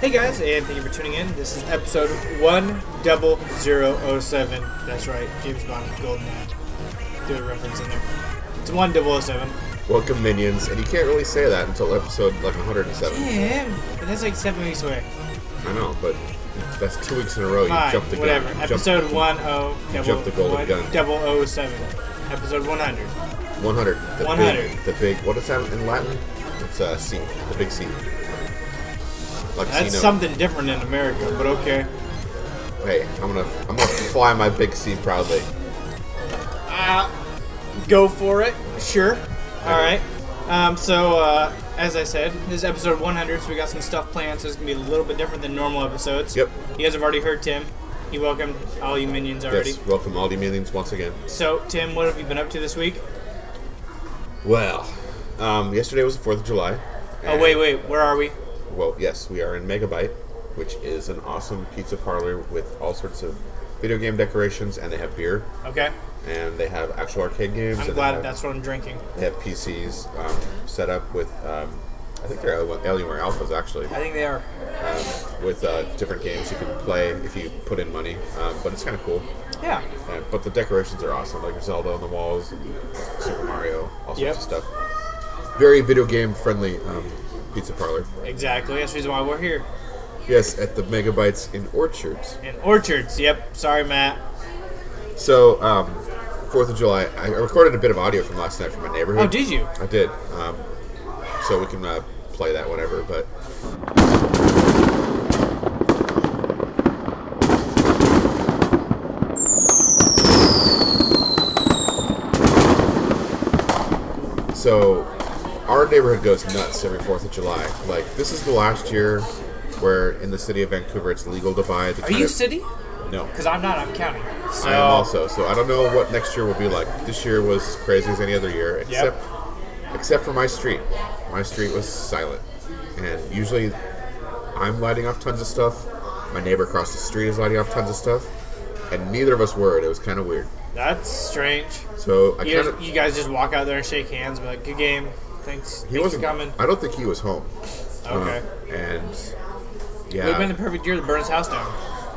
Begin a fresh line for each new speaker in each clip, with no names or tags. Hey guys, and thank you for tuning in. This is episode 10007. That's right, James Bond Goldeneye. Do a reference in there. It's 1007.
Welcome, minions. And you can't really say that until episode like 107.
Damn. But that's like seven weeks away.
I know, but that's two weeks in a row. You
Fine,
jumped the
whatever.
gun.
Episode
Jumped-
10
jumped the golden gun.
007. Episode 100.
100. The
100.
Big, the big. What is that in Latin? It's a uh, C. The big C. Like
That's something different in America, but okay.
Hey, I'm gonna I'm gonna fly my big C proudly.
Uh, go for it. Sure. All right. Um, so, uh, as I said, this is episode 100, so we got some stuff planned, so it's going to be a little bit different than normal episodes.
Yep.
You guys have already heard Tim. He welcomed all you minions already.
Yes. Welcome, all the minions, once again.
So, Tim, what have you been up to this week?
Well, um, yesterday was the Fourth of July.
Oh, wait, wait. Where are we?
Well, yes, we are in Megabyte, which is an awesome pizza parlor with all sorts of video game decorations, and they have beer,
Okay.
and they have actual arcade games.
I'm
and
glad
they have,
that's what I'm drinking.
they have PCs um, set up with. Um, I think they're Alien- Alienware Alphas actually,
I think they are.
with uh, different games you can play if you put in money. Um, but it's kind of cool.
Yeah.
Uh, but the decorations are awesome, like Zelda on the walls, and Super Mario, all sorts
Yep.
of stuff. Very video game friendly um, pizza parlor.
Exactly. That's the reason why we're here.
Yes, at the Megabytes in Orchards.
In orchards. Yep. Sorry, Matt.
So, um, Fourth of July. I I recorded a bit of audio from last night from my neighborhood.
Oh, did you?
I did. Um, so we can uh, play that whenever. But so our neighborhood goes nuts every Fourth of July. Like this is the last year where in the city of Vancouver it's legal to buy. The
Are you city?
No.
Because I'm not. I'm county. So,
I am also. So I don't know what next year will be like. This year was as crazy as any other year, except except for my street. My street was silent, and usually I'm lighting off tons of stuff. My neighbor across the street is lighting off tons of stuff, and neither of us were. It was kind of weird.
that's strange.
So I
You
kind
guys,
of
you guys just walk out there and shake hands, and be like, "Good game,
he
thanks, thanks for
wasn't
coming."
I don't think he was home. Uh,
Okay,
and
it would have been
yeah,
the perfect year to burn his house down.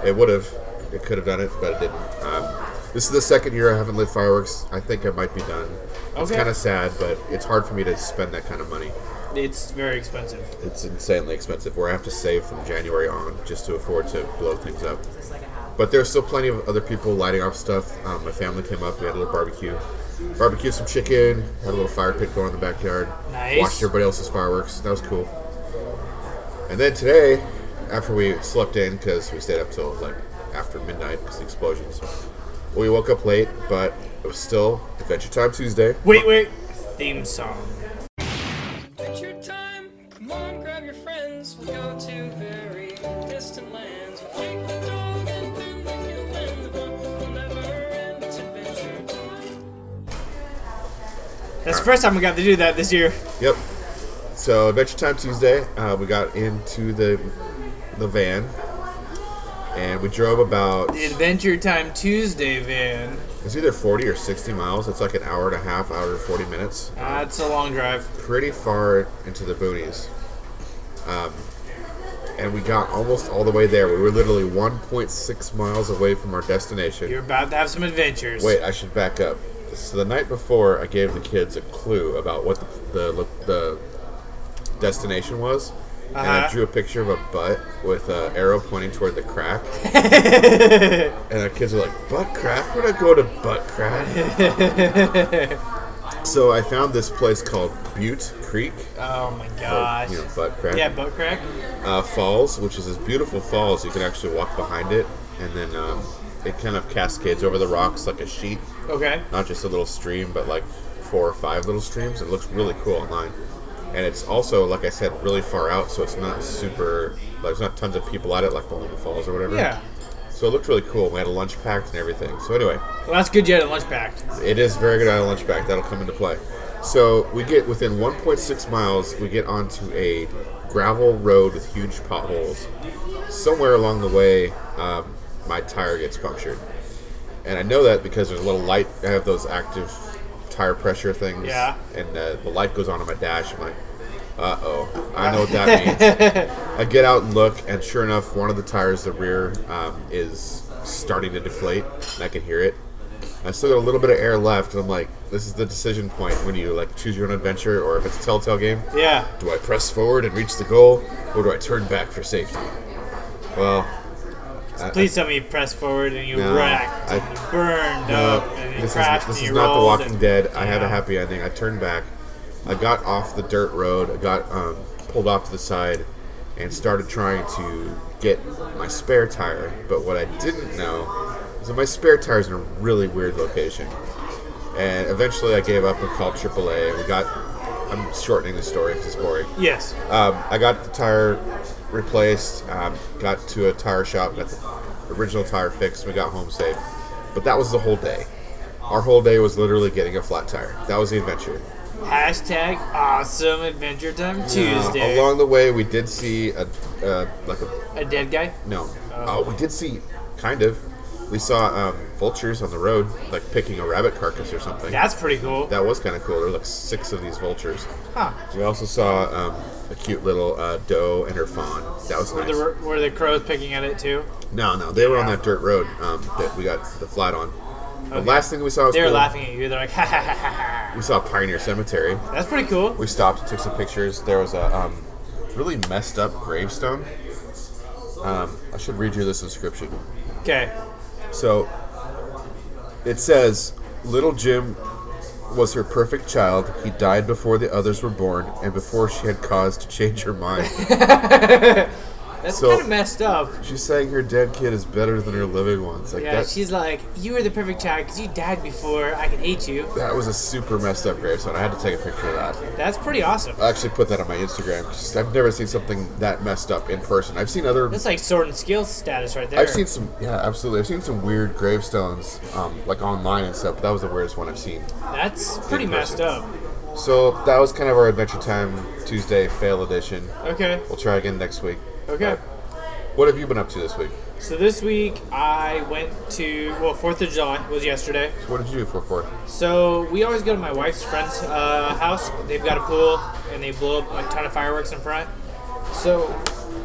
it would have. It could have done it, but it didn't. Um, this is the second year I haven't lit fireworks. I think I might be done. It's
Okay.
kind of sad, but it's hard for me to spend that kind of money.
It's very expensive.
It's insanely expensive. Where I have to save from January on just to afford to blow things up. But there's still plenty of other people lighting off stuff. Um, my family came up. We had a little barbecue, barbecued some chicken, had a little fire pit going in the backyard.
Nice.
Watched everybody else's fireworks. That was cool. And then today, after we slept in because we stayed up till like after midnight because the explosions, we woke up late. But it was still Adventure Time Tuesday.
Wait, wait, theme song.
Adventure time! Come on, grab your friends. We'll go to very distant lands. We'll take the dog and then the human. The book will never end. It's adventure time.
That's the first time we got to do that this year.
Yep. So Adventure Time Tuesday, uh, we got into the the van, and we drove about
The Adventure Time Tuesday van.
it's either forty or sixty miles. It's like an hour and a half, hour and forty minutes.
That's a long drive.
Pretty far into the boonies, um, and we got almost all the way there. We were literally one point six miles away from our destination.
You're about to have some adventures.
Wait, I should back up. So the night before, I gave the kids a clue about what the the, the destination was, and I drew a picture of a butt with an arrow pointing toward the crack. and the kids were like, "Butt crack? Where'd I go to butt crack?" so I found this place called Butte Creek,
Oh my
or,
gosh.
you know, butt crack.
Yeah, butt crack.
uh, falls, which is this beautiful falls. You can actually walk behind it, and then um, it kind of cascades over the rocks like a sheet.
Okay.
Not just a little stream, but like four or five little streams. It looks really cool online. And it's also, like I said, really far out, so it's not super. Like, there's not tons of people at it, like Bolima Falls or whatever.
Yeah.
So it looked really cool. We had a lunch packed and everything. So anyway,
Well, that's good. You had a lunch packed.
it is very good on a lunch back. That'll come into play. So we get within 1.6 miles, we get onto a gravel road with huge potholes. Somewhere along the way, um, my tire gets punctured, and I know that because there's a little light. I have those active tire pressure things,
Yeah.
and uh, the light goes on on my dash. I'm like, uh oh, I know what that means. I get out and look, and sure enough, one of the tires, the rear, um, is starting to deflate, and I can hear it. I still got a little bit of air left, and I'm like, this is the decision point when you like choose your own adventure, or if it's a Telltale game,
Yeah.
do I press forward and reach the goal, or do I turn back for safety? Well,
Please tell me you pressed forward and you
No,
racked
I-
and you burned
no,
up and you
Uh, this is
crashed
this
and
is
you
not The
rolled
Walking
and-
Dead. I had
Yeah.
a happy ending. I turned back, I got off the dirt road, I got um, pulled off to the side, and started trying to get my spare tire. But what I didn't know is that my spare tire's in a really weird location. And eventually, I gave up and called AAA. And we got. I'm shortening the story because it's boring.
Yes.
Um, I got the tire replaced. Um, got to a tire shop, got the original tire fixed. We got home safe. But that was the whole day. Our whole day was literally getting a flat tire. That was the adventure.
Hashtag awesome adventure time Tuesday.
Uh, along the way, we did see a uh, like a
a dead guy?
no. Oh, we did see kind of. We saw um, vultures on the road, like picking a rabbit carcass or something.
That's pretty cool.
that was kind of cool. There were like six of these vultures.
huh.
We also saw um, a cute little uh, doe and her fawn. That was
Were
nice.
the, were the crows picking at it too?
No, no, they were on that dirt road um, that we got the flat on. The last thing we saw was
They were
cool.
laughing at you. They're like, ha ha ha ha ha.
We saw Pioneer Cemetery.
That's pretty cool.
We stopped, took some pictures. There was a um, really messed up gravestone. Um, I should read you this inscription.
Okay.
So it says, "Little Jim was her perfect child. He died before the others were born, and before she had cause to change her mind."
That's
So-
kind of messed up.
she's saying her dead kid is better than her living ones. Like
Yeah,
that,
she's like, you were the perfect child because you died before I could hate you.
that was a super messed up gravestone. I had to take a picture of that.
That's pretty awesome.
I actually put that on my Instagram. 'cause I've never seen something that messed up in person. I've seen other.
That's like sword and skill status right there.
I've seen some. Yeah, absolutely. I've seen some weird gravestones, um, like online and stuff. But that was the weirdest one I've seen.
That's pretty
in
messed
person.
up.
So that was kind of our Adventure Time Tuesday fail edition.
Okay.
We'll try again next week.
Okay.
What have you been up to this week?
So this week I went to well, Fourth of July was yesterday.
What did you do for Fourth?
So we always go to my wife's friend's uh, house. They've got a pool and they blow up a ton of fireworks in front. So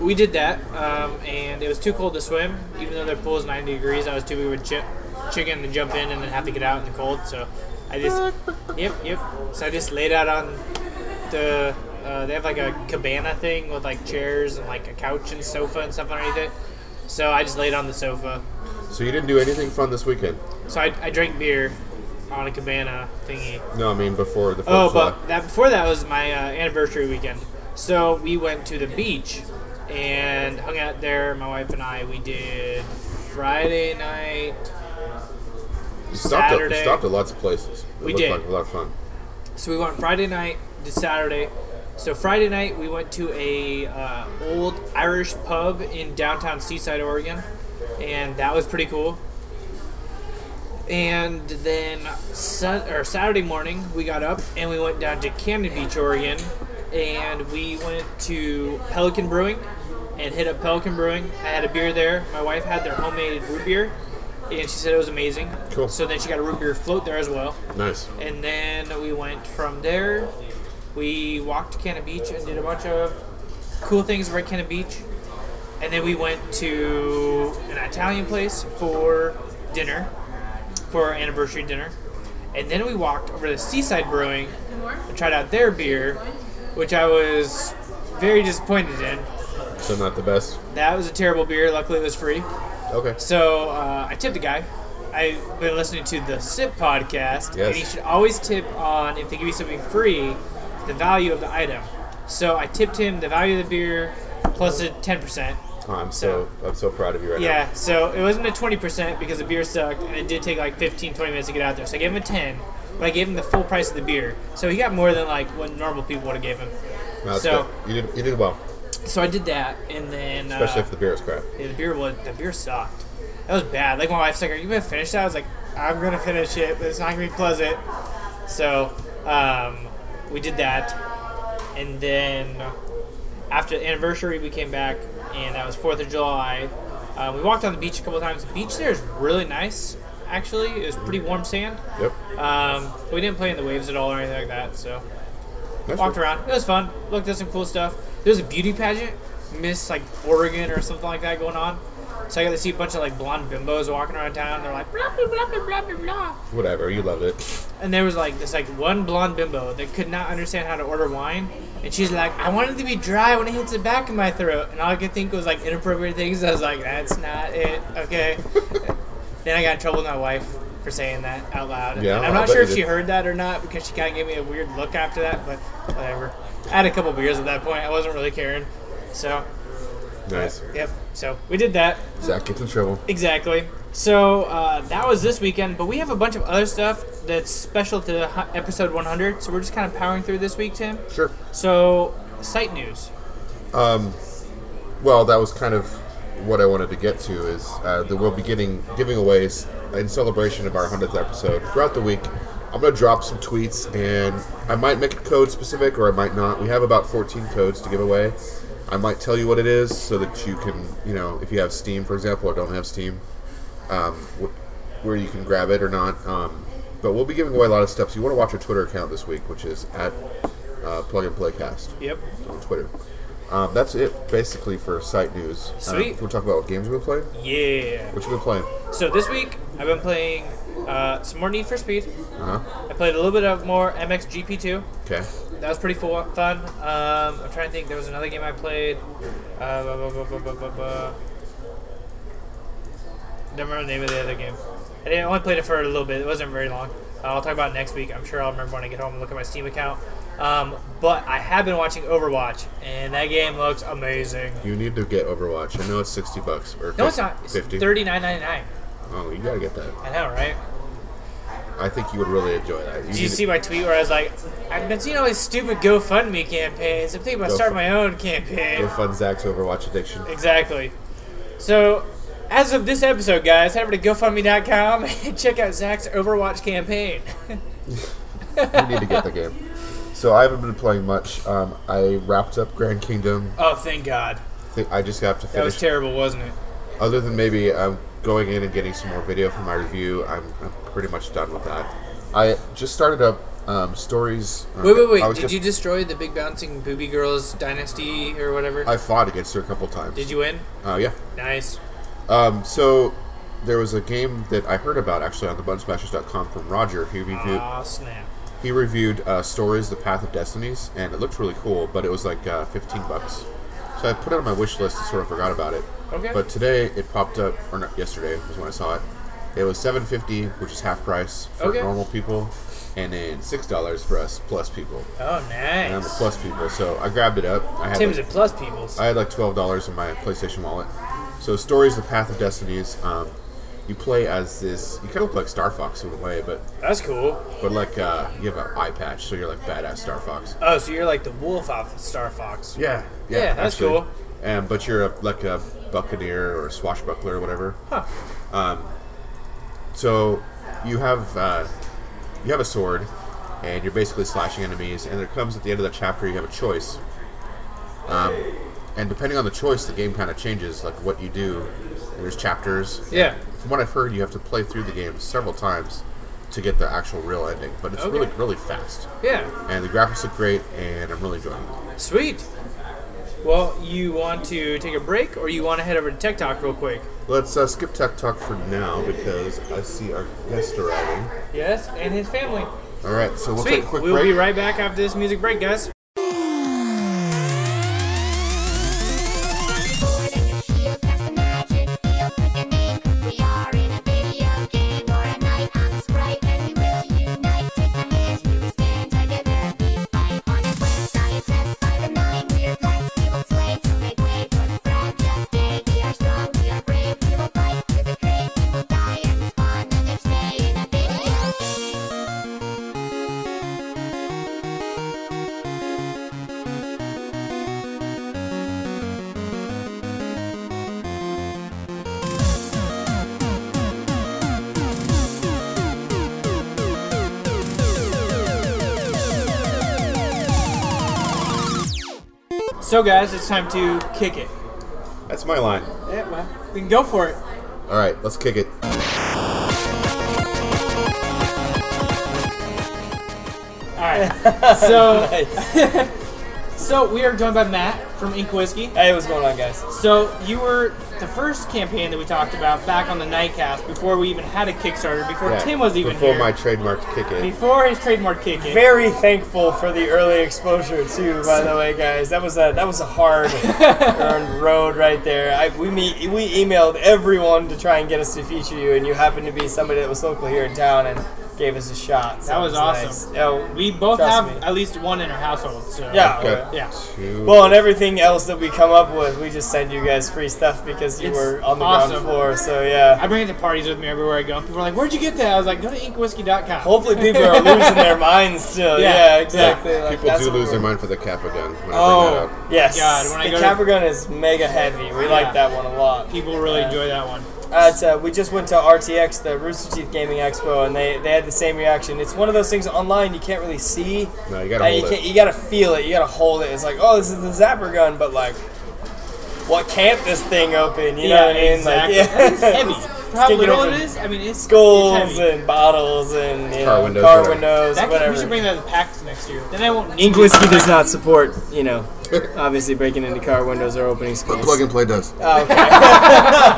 we did that, um, and it was too cold to swim. Even though their pool is 90 degrees, I was too big of a chi- chicken to jump in and then have to get out in the cold. So I just, yep, yep. So I just laid out on the. Uh, they have like a cabana thing with like chairs and like a couch and sofa and stuff underneath it. So I just laid on the sofa
So you didn't do anything fun this weekend?
so I, I drank beer on a cabana thingy.
No, I mean before the Fourth
Oh,
of July.
but that before that was my uh, anniversary weekend. So we went to the beach and hung out there. My wife and I. We did Friday night.
You stopped, at, you
Saturday-
stopped at lots of places. It
We
looked
did.
like a lot of fun.
So we went Friday night to Saturday. So Friday night we went to a uh, old Irish pub in downtown Seaside, Oregon, and that was pretty cool. And then sun- or Saturday morning we got up and we went down to Camden Beach, Oregon, and we went to Pelican Brewing and hit up Pelican Brewing. I had a beer there. My wife had their homemade root beer, and she said it was amazing.
Cool.
So then she got a root beer float there as well.
Nice.
And then we went from there. We walked to Canna Beach and did a bunch of cool things over at Canna Beach. And then we went to an Italian place for dinner, for our anniversary dinner. And then we walked over to Seaside Brewing and tried out their beer, which I was very disappointed in.
So not the best.
That was a terrible beer. Luckily, it was free.
Okay.
So uh, I tipped a guy. I've been listening to the Sip
Yes.
podcast, and you should always tip on if they give you something free, the value of the item. So I tipped him the value of the beer plus a ten percent.
Oh, I'm so I'm so proud of you right
Yeah, so it wasn't a 20% because the beer sucked, and it did take like 15, 20 minutes to get out there. So I gave him a 10, but I gave him the full price of the beer. So he got more than like what normal people would have gave him.
now. No, it's
so, uh,
good. you did you did well,
so I did that, and then uh,
especially if the beer is crap.
yeah, the beer was the beer sucked. That was bad. Like my wife's like, "Are you gonna finish that?" I was like, "I'm gonna finish it, but it's not gonna be pleasant." So um, we did that, and then after the anniversary, we came back, and that was Fourth of July. Uh, we walked on the beach a couple times. The beach there is really nice. Actually, it was pretty warm sand.
Yep.
Um, we didn't play in the waves at all or anything like that. So
That's
walked
good.
around. It was fun. Looked at some cool stuff. There was a beauty pageant, Miss like Oregon or something like that going on. So I got to see a bunch of like blonde bimbos walking around town. They're like, "Blah, blah, blah, blah, blah, blah, blah."
Whatever. You love it.
and there was like this like one blonde bimbo that could not understand how to order wine, and she's like, "I want it to be dry when it hits the back of my throat," and all I could think was like inappropriate things. I was like, "That's not it." Okay. then I got in trouble with my wife for saying that out loud. And
Yeah,
I'm
I
not
bet
sure
you
if she
did.
heard that or not because she kind of gave me a weird look after that, but whatever. I had a couple beers at that point. I wasn't really caring. So,
Nice.
yep. So we did that.
Zach gets in trouble.
Exactly. So uh, that was this weekend, but we have a bunch of other stuff that's special to hu- episode 100. So we're just kind of powering through this week, Tim.
Sure.
So site news.
Well, that was kind of what I wanted to get to is uh, that we'll be getting giving aways in celebration of our hundredth episode throughout the week. I'm gonna drop some tweets, and I might make it code specific, or I might not. We have about 14 codes to give away. I might tell you what it is so that you can, you know, if you have Steam, for example, or don't have Steam, um, wh- where you can grab it or not. Um, but we'll be giving away a lot of stuff. So you want to watch our Twitter account this week, which is at uh, Plug and Play Cast
Yep.
on Twitter. Um, that's it, basically, for site news. Uh,
Sweet.
we'll talk about what games we've been playing.
Yeah.
What you been playing?
So this week I've been playing uh, some more Need for Speed.
Uh huh.
I played a little bit of more MXGP2.
Okay.
That was pretty fu- fun. Um, I'm trying to think. There was another game I played. Uh, bu- bu- bu- bu- bu- bu- Don't remember the name of the other game. I didn't- I only played it for a little bit. It wasn't very long. Uh, I'll talk about it next week. I'm sure I'll remember when I get home and look at my Steam account. Um, but I have been watching Overwatch, and that game looks amazing.
You need to get Overwatch. I know it's 60 bucks. Or
No, it's not. It's
50.
$39.99.
Oh, you gotta get that.
I know, right?
I think you would really enjoy that.
Did
need
you
to-
see my tweet where I was like, I've been seeing all these stupid GoFundMe campaigns. I'm thinking about
Go
starting
fu-
my own campaign.
Go fund Zach's Overwatch addiction.
Exactly. So, as of this episode, guys, head over to GoFundMe.com and check out Zach's Overwatch campaign.
you need to get the game. So I haven't been playing much. Um, I wrapped up Grand Kingdom.
oh, thank God.
I think I just have to
That was
finish.
terrible, wasn't it?
Other than maybe um, going in and getting some more video for my review, I'm, I'm pretty much done with that. I just started up um, stories.
Wait, wait,
I
wait.
was
Did
just-
you destroy the Big Bouncing Booby Girls Dynasty or whatever?
I fought against her a couple times.
Did you win?
Oh yeah.
Nice.
Um, so there was a game that I heard about actually on the Bunsmashers.com from Roger. He reviewed
Aw, snap.
he reviewed uh, stories, The Path of Destinies, and it looked really cool. But it was like uh, fifteen bucks, so I put it on my wish list and sort of forgot about it.
Okay.
But today it popped up, or not yesterday was when I saw it. It was seven fifty, which is half price for
Okay.
normal people, and then six dollars for us plus people.
Oh,
And I'm a
nice.
plus people, so I grabbed it up. I had
Tim's
like-
at Plus Peoples.
I had like twelve dollars in my PlayStation wallet. So stories, the Path of Destinies. Um, you play as this. You kind of look like Star Fox in a way, but
That's cool.
but like uh, you have an eye patch, so you're like badass Star Fox.
Oh, so you're like the wolf off of Star Fox.
Yeah,
Yeah, that's cool.
And but you're a, like a buccaneer or a swashbuckler or whatever. Um,
Huh.
So you have uh, you have a sword, and you're basically slashing enemies. And there comes at the end of the chapter, you have a choice. Um, and depending on the choice, the game kind of changes, like what you do. There's chapters.
Yeah.
From what I've heard, you have to play through the game several times to get the actual real ending. But it's
Okay.
really, really fast.
Yeah.
And the graphics look great, and I'm really enjoying it.
Sweet. Well, you want to take a break or you want to head over to Tech Talk real quick?
Let's uh, skip Tech Talk for now because I see our guest arriving.
Yes, and his family.
All right, so we'll
Sweet.
take a quick
we'll
break.
be right back after this music break, guys. So, guys, it's time to kick it.
That's my line.
Yeah, well, we can go for it.
All right, let's kick it.
All right. so,
nice.
so we are joined by Matt from Ink Whiskey.
Hey, what's going on, guys?
So you were the first campaign that we talked about back on the Nightcast before we even had a Kickstarter, before
Yeah,
Tim was even
before
here,
my trademarked kick it.
before his trademark kick in.
Very thankful for the early exposure too. By the way, guys, that was a that was a hard earned road right there. I, we meet, we emailed everyone to try and get us to feature you, and you happened to be somebody that was local here in town and gave us a shot. So
That
it
was awesome.
Nice. Yeah,
we both
trust
have
me.
at least one in our household. So
yeah.
Okay.
yeah.
Two.
Well, and everything else that we come up with, we just send you guys free stuff because you
It's
were on the
awesome.
ground floor. So yeah.
I bring it to parties with me everywhere I go. People are like, "Where'd you get that?" I was like, "Go to inkwhiskey.com."
Hopefully, people are losing their minds still.
Yeah.
Yeah,
Yeah,
exactly. Like,
people
that's
do
what
lose
we're-
their mind for the Kappa gun. When I
Oh,
bring that up.
yes.
God, when I
the
go to-
capper gun is mega heavy. We
Yeah.
like that one a lot.
People really enjoy that one.
Uh, it's, uh, we just went to RTX, the Rooster Teeth Gaming Expo, and they, they had the same reaction. It's one of those things online you can't really see.
No, you gotta
Uh,
hold
you,
it.
can't- you gotta feel it. You gotta hold it. It's like, oh, this is the zapper gun, but like, what can't this thing open? You know what I mean?
exactly.
Like, yeah.
It's heavy. For How
Stick it
little
open.
it is? I mean, it's It's
Skulls
heavy.
and bottles and you
Car
know,
windows,
car
whatever.
windows,
That-
whatever.
we should bring that to PAX next year. Then I won't need
Ink whiskey does not support, you know, obviously breaking into car windows or opening skulls.
Plug and play does.
Oh, okay.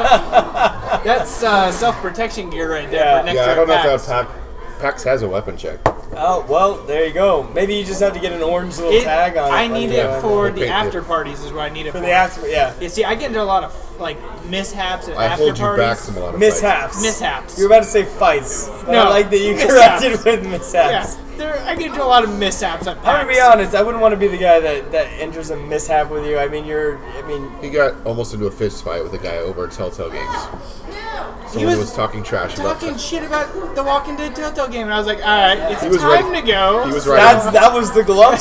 That's uh, self protection gear right there.
Yeah.
for next
yeah, I
year
don't know
at
if
PAX.
that pack, PAX has a weapon check.
Oh well, there you go. Maybe you just have to get an orange little
It-
tag on it.
I
like,
need
you
it
know,
for
the
the
paint
after
dip.
parties. Is what I need it for.
for the after. Yeah,
You see, I get into a lot of like mishaps at
I
after
hold you
parties.
back from a lot of
mishaps.
mishaps.
You're about to say fights. But
No,
I like that you
mishaps.
corrected with
yeah,
mishaps.
there, I get into a lot of mishaps at PAX.
I'm gonna be honest. I wouldn't want to be the guy that, that enters a mishap with you. I mean, you're. I mean,
He got almost into a fist fight with a guy over at Telltale Games. Someone
was
was, talking trash
Talking
about.
shit about the Walking Dead Telltale game, and I was like, all right, it's
He was
time
ready-
to go.
He was
that's
right.
that was the glove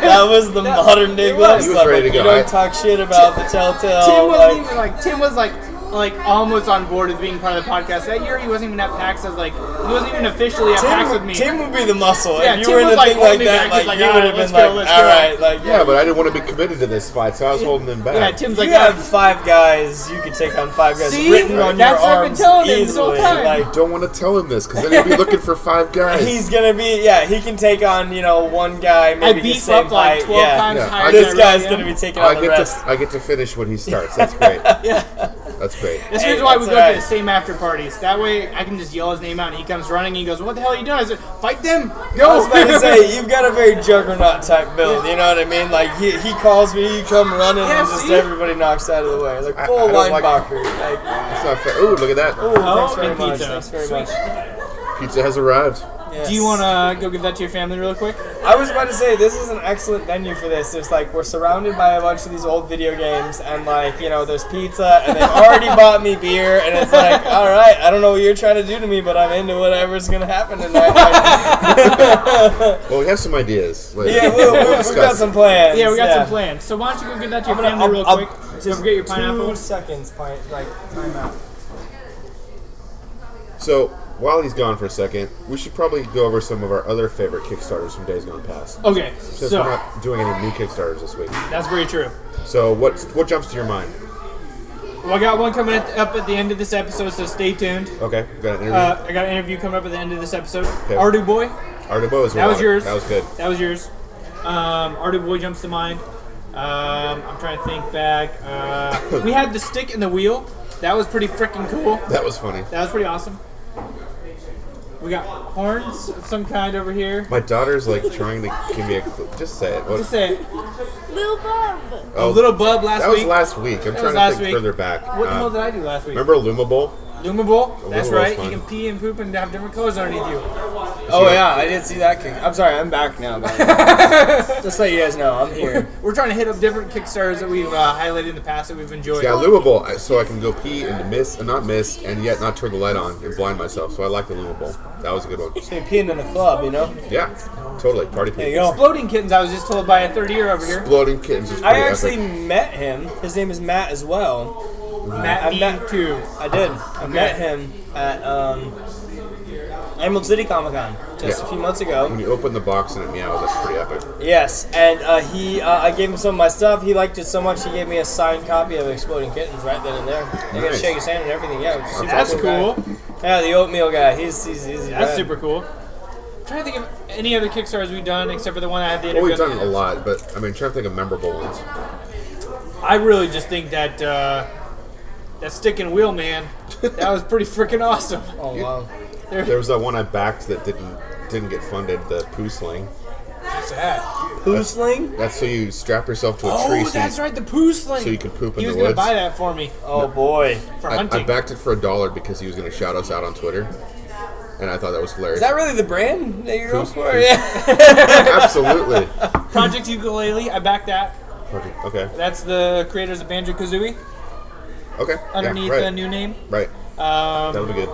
That was the modern day
it
glove
was.
He was
slap.
ready
Like,
to
you
go.
don't
I-
talk shit about the telltale.
Tim wasn't
like-
even like Tim was like like almost on board with being part of the podcast that year. He wasn't even at PAX as like he wasn't even officially at PAX with
Tim,
me.
Tim would be the muscle.
Yeah,
if you
Tim
were in
was,
a
like,
thing like
holding
that,
back. He's
like,
like,
you
"All
would
right,
have
let's
been
go,
like,
let's
all
go."
right, like
Yeah, but I didn't want to be committed to this fight, so I was holding him
yeah,
back.
Tim's like,
you
"Yeah,
have five guys you can take on five guys
See?
written on
That's what
your
I've been
arms
telling him this whole
easily.
time.
I
Like
don't want to tell him this because then he'll be looking for five guys.
he's gonna be yeah, he can take on you know one guy maybe
I
the
beat
same
up like
fight,
twelve
yeah.
times
Yeah,
higher.
I-
than
This
I really
guy's
am.
gonna be taking
I
on the
get
rest.
to I get to finish when he starts. That's great.
yeah.
That's great.
That's
Hey,
here's why we
that's
go
alright.
to the same after parties. That way I can just yell his name out and he comes running and he goes, What the hell are you doing? I said, Fight them! Go!
I was about to say, you've got a very juggernaut type build, you know what I mean? Like, he, he calls me, you come running,
Yeah,
and just
see?
everybody knocks out of the way. Like,
I-
full
I don't like-
linebacker. Like,
That's not fair. Ooh, look at that.
oh, thanks very
and
much,
pizza.
thanks very
Sweet.
much.
Pizza has arrived.
Yes.
Do you want to go give that to your family real quick?
I was about to say this is an excellent venue for this. There's like we're surrounded by a bunch of these old video games, and like you know there's pizza, and they've already bought me beer, and it's like, all right, I don't know what you're trying to do to me, but I'm into whatever's gonna happen tonight. Like,
Well, we have some ideas. Later.
yeah, we, we,
We'll
have got
discuss.
some plans.
Yeah, we got some plans. So why don't you go give that to your
I'm gonna-
family
I'll-
real
I'll-
quick? Don't
just
forget your
Two
pineapple.
seconds, pint, like timeout.
So while he's gone for a second, we should probably go over some of our other favorite Kickstarters from days gone past.
Okay,
Since
Oh, so
we're not doing any new Kickstarters this week,
that's very true.
so what what jumps to your mind?
Well, I got one coming at, up at the end of this episode, so stay tuned.
Okay, we got an interview.
Uh, I got an interview coming up at the end of this episode.
Okay.
Ardu Boy,
Artibo is
that was
one.
yours.
That was good.
That was yours. Um, Ardu Boy jumps to mind. Um, I'm trying to think back. Uh, we had the stick and the wheel. That was pretty freaking cool.
That was funny.
That was pretty awesome. We got horns of some kind over here.
My daughter's like trying to give me a clue. Just say it. What-
Just say it.
Lil Bub.
oh,
Little Bub last
that was
week.
last week. I'm
was
trying to
last
think
week.
further back.
what the
Uh,
hell did I do last week?
remember Luma Bowl?
Luma Bowl? That's
Bowl was
right. You
fun.
can pee and poop and have different colors underneath you.
Oh yeah, I did see that kick. I'm sorry, I'm back now. by the way. Just let you guys know, I'm here.
We're trying to hit up different Kickstarters that we've uh, highlighted in the past that we've enjoyed.
Yeah, Luma Bowl. I- So I can go pee and miss, and not miss, and yet not turn the light on and blind myself. So I like the Luma Bowl. That was a good one.
You're peeing in a club, you know.
Yeah, totally. Party
There you
pee.
go.
Exploding Kittens, I was just told by a third year over here.
Exploding kittens is pretty
I actually
epic.
met him. His name is Matt as well.
Matt
I met-
Dean, too.
I did. I met him at um, Emerald City Comic Con just
Yeah.
a few months ago.
When you open the box and it meows, that's pretty epic.
Yes, and uh, he, uh, I gave him some of my stuff. He liked it so much, he gave me a signed copy of Exploding Kittens right then and there. They got to
Nice.
shake his hand and everything. Yeah, it was super
That's
guy.
cool.
Yeah, the oatmeal guy. He's he's, he's
That's
rad.
super cool. I'm trying to think of any other Kickstarters we've done except for the one I had the
Well,
interview.
we've done
on.
a lot, but I mean, I'm trying to think of memorable ones.
I really just think that uh, that stick and wheel man, that was pretty freaking awesome.
Oh wow.
There was that one I backed that didn't didn't get funded, the poo sling.
What's that?
Poo sling?
That's so you strap yourself to a tree.
Oh,
so
that's
you,
right, the poo sling.
so you can poop in
He was
the
gonna
woods.
buy that for me
Oh boy.
for
I,
hunting.
I backed it for a dollar because he was going to shout us out on Twitter, and I thought that was hilarious.
Is that really the brand that you're going
Poo-
for?
poo-
Yeah.
Absolutely.
Project Ukulele, I backed that.
Okay. Okay.
That's the creators of Banjo Kazooie
okay. yeah,
underneath
right.
a new name.
Right.
Um,
That'll be good.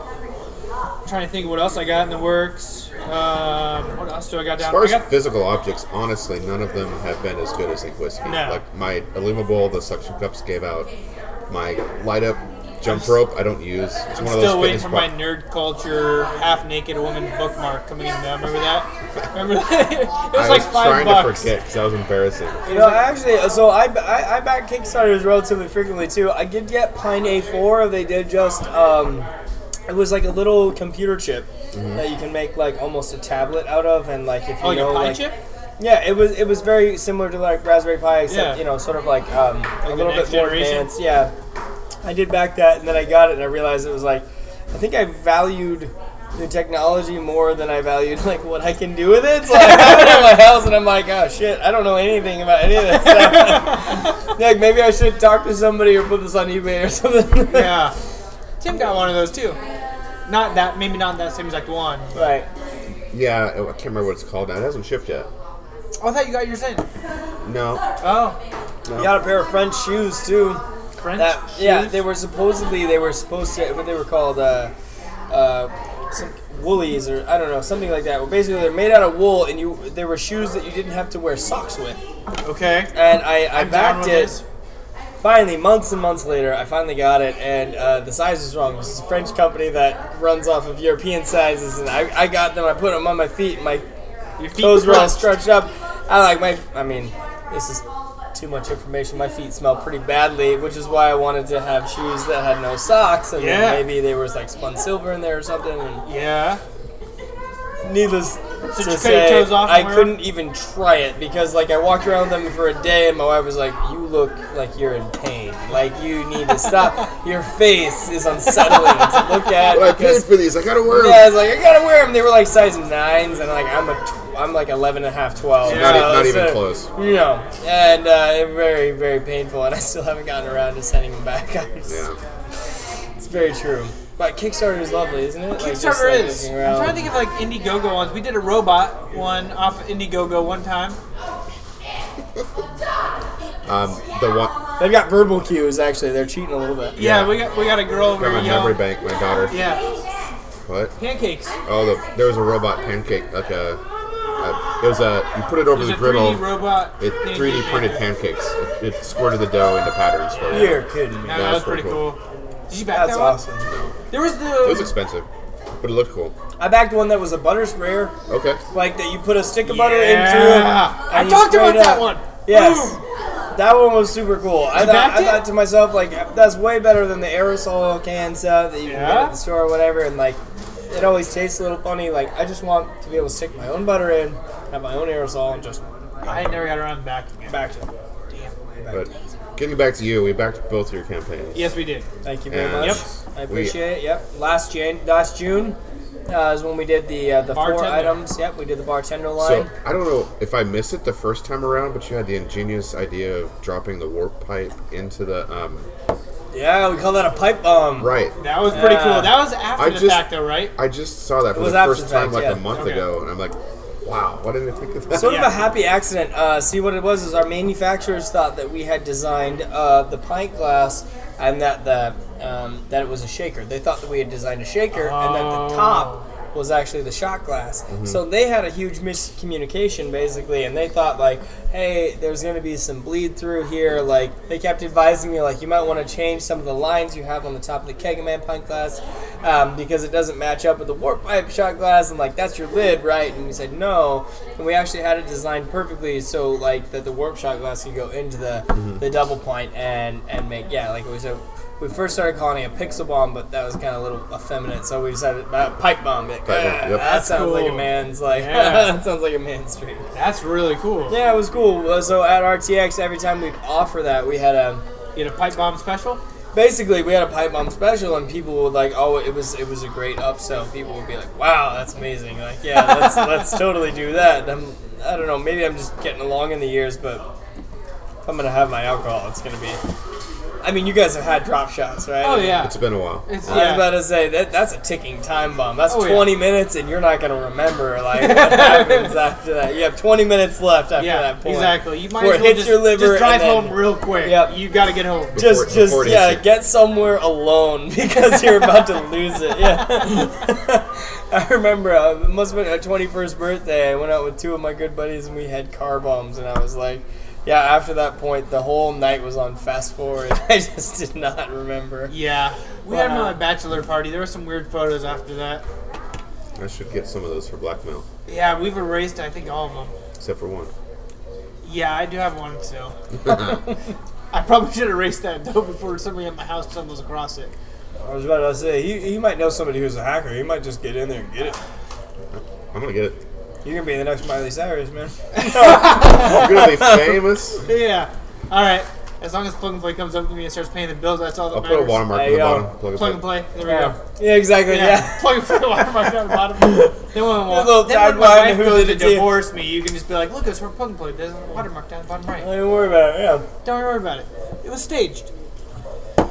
trying to think of what else I got in the works. Um, what else do I got
As
down?
far
I
as
got,
physical objects, honestly, none of them have been as good as Ink Whiskey.
No.
Like my Illuma bowl, the suction cups gave out. My light up jump rope, I don't use. It's
I'm
one of those
still waiting
fitness
for
pro-
my nerd culture half naked woman bookmark coming in. Now. Remember that? Remember that? it was
I
like
was
five
trying
bucks.
to forget because that was embarrassing.
You know, actually, so I, I, I back Kickstarters relatively frequently too. I did get Pine A4. They did just, um, it was like a little computer chip that you can make like almost a tablet out of, and like if you
Mm-hmm. Oh, like a
know,
pie
like,
chip?
yeah, it was it was very similar to like Raspberry Pi, except
Yeah.
you know, sort of like, um, a
the
little
next
bit more
generation?
advanced. Yeah, I did back that, and then I got it, and I realized it was like, I think I valued. New technology more than I valued like what I can do with it. So I have it at my house, and I'm like, oh shit, I don't know anything about any of this stuff. like maybe I should talk to somebody or put this on eBay or something.
Yeah. Tim got one of those too. Not that, maybe not that same exact one.
Right.
Yeah, oh, I can't remember what it's called now. It hasn't shipped yet.
Oh, I thought you got yours in.
No.
Oh,
You got a pair of French shoes too.
French.
That yeah,
shoes?
they were supposedly they were supposed to what they were called uh, uh, some woolies or I don't know something like that. Well, basically they're made out of wool, and you they were shoes that you didn't have to wear socks with.
Okay.
And I I
I'm down
backed
with
it.
this.
finally, months and months later, I finally got it, and uh, the size was wrong. This is a French company that runs off of European sizes, and I, I got them. I put them on my feet, and my
Your feet
toes were all
crushed.
stretched up. I like my. I mean, this is too much information. My feet smell pretty badly, which is why I wanted to have shoes that had no socks, and then
Yeah.
maybe there was like spun silver in there or something. And
Yeah.
needless
So
to
you cut your
say,
toes off and
I
wear 'em?
couldn't even try it because like I walked around with them for a day, and my wife was like, "You look like you're in pain. Like you need to stop. your face is unsettling to look at."
But I paid
because-
for these. I got to wear them.
yeah, I was like, I gotta wear them. They were like size nines, and like I'm a, tw- I'm like 11 and a half, 12.
Not, e-
so-
not even
so-
close.
No, and uh, it very, very painful, and I still haven't gotten around to sending them back.
Yeah.
It's very true. But Kickstarter is lovely, isn't it? Like, just,
Kickstarter
like,
is.
looking
I'm
around.
trying to think of like Indiegogo ones. We did a robot one off of Indiegogo one time.
Um, the one,
They've got verbal cues. Actually, they're cheating a little bit.
Yeah,
Yeah.
we got we got a girl over
got my
here.
memory
yelling-
bank, my daughter.
Yeah,
What?
pancakes.
Oh, the, there was a robot pancake, like a, a. It was a. You put it over
There's
the
a 3D
griddle.
robot.
It
pancake
3D printed
maker.
pancakes. It, it squirted the dough into patterns for you.
You're kidding me.
Yeah,
Yeah,
that was
that's
pretty
pretty
cool.
cool.
Did you back
That's
that one?
awesome.
There was
It was
the
expensive, but it looked cool.
I backed one that was a butter sprayer,
Okay.
like that you put a stick of butter
Yeah.
into.
I
and you
talked
sprayed
about that
up.
one.
Yes.
Boom.
That one was super cool. I thought,
backed
I
it?
thought to myself, like, that's way better than the aerosol can stuff that you can get
Yeah?
at the store or whatever. And, like, it always tastes a little funny. Like, I just want to be able to stick my own butter in, have my own aerosol, and just
I never got around backing it.
back to
But getting back to you, we backed both your campaigns.
Yes, we did.
Thank you very
And
much.
Yep.
I
we-
appreciate it. Yep. Last June, last June uh, is when we did the uh, the four
Bartender.
items. Yep, we did the bartender line.
So I don't know if I missed it the first time around, but you had the ingenious idea of dropping the warp pipe into the um,
yeah, we call that a pipe bomb.
right.
That was pretty
Yeah.
cool. That was after
I
the
just-
fact, though, right?
I just saw that for
was
the
after
first
the fact,
time like
yeah.
a month
Okay.
ago, and I'm like, wow, why didn't I think of that?
Sort
Yeah.
of a happy accident. Uh, see, what it was is our manufacturers thought that we had designed uh, the pint glass and that the um, that it was a shaker. They thought that we had designed a shaker and that the
Oh. Mm-hmm.
top was actually the shot glass. So they had a huge miscommunication basically, and they thought like, hey, there's gonna be some bleed through here. Like they kept advising me like you might want to change some of the lines you have on the top of the Kegaman pint glass um, because it doesn't match up with the warp pipe shot glass, and like that's your lid, right? And we said no, and we actually had it designed perfectly so like that the warp shot glass could go into the
Mm-hmm.
the double point and and make yeah like it was a we first started calling it a pixel bomb, but that was kind of a little effeminate, so we decided uh, pipe bomb. Like,
Pipe bomb,
"Ah,
yep.
That sounds like a
cool.
man's like
Yeah.
that sounds like a man's dream.
That's really cool.
Yeah, it was cool. Uh, So at RTX, every time we'd offer that, we had a
You had a pipe bomb special?
basically we had a pipe bomb special, and people would like, oh, it was it was a great upsell. People would be like, wow, that's amazing. Like, yeah, let's let's totally do that. And I'm I don't know. Maybe I'm just getting along in the years, but if I'm gonna have my alcohol, it's gonna be. I mean, you guys have had drop shots, right?
Oh, yeah.
It's been a while.
It's-
I
yeah.
was about to say that that's a ticking time bomb. That's
Oh, yeah.
20 minutes, and you're not gonna remember like what happens after that. You have 20 minutes left after
yeah,
that point.
exactly. You might
Where
as
it
well
hits
just,
your liver
just drive
and then-
home real quick.
Yep.
You gotta get home.
Just,
Before-
just
before it
yeah,
hits you.
get somewhere alone because you're about to lose it. Yeah, I remember uh, it must have been our 21st birthday. I went out with two of my good buddies, and we had car bombs, and I was like. Yeah, after that point, the whole night was on fast forward. I just did not remember.
Yeah. We
But,
had
uh,
another bachelor party. There were some weird photos after that.
I should get some of those for blackmail,
Yeah, we've erased, I think, all of them.
except for one.
Yeah, I do have one too. I probably should erase that though before somebody at my house stumbles across it.
I was about to say, he, he might know somebody who's a hacker. He might just get in there and get it.
I'm gonna get it.
You're gonna be the next Miley Cyrus, man.
I'm gonna be famous.
Yeah. All right. As long as plug and play comes up to me and starts paying the bills, that's all that
I'll put
matters.
a watermark
There
on the
you go.
bottom. Plug,
Plug
and
and play. There we go.
Yeah, exactly.
Yeah.
Yeah.
Plug and play watermark on the bottom. Then when,
Your little
then when my
tagline,
wife
who
goes
did
to
it to you?
divorce me, you can just be like, "Look, it's for plug and play. There's a watermark down the bottom right.
Don't even worry about it. Yeah.
Don't worry about it. It was staged."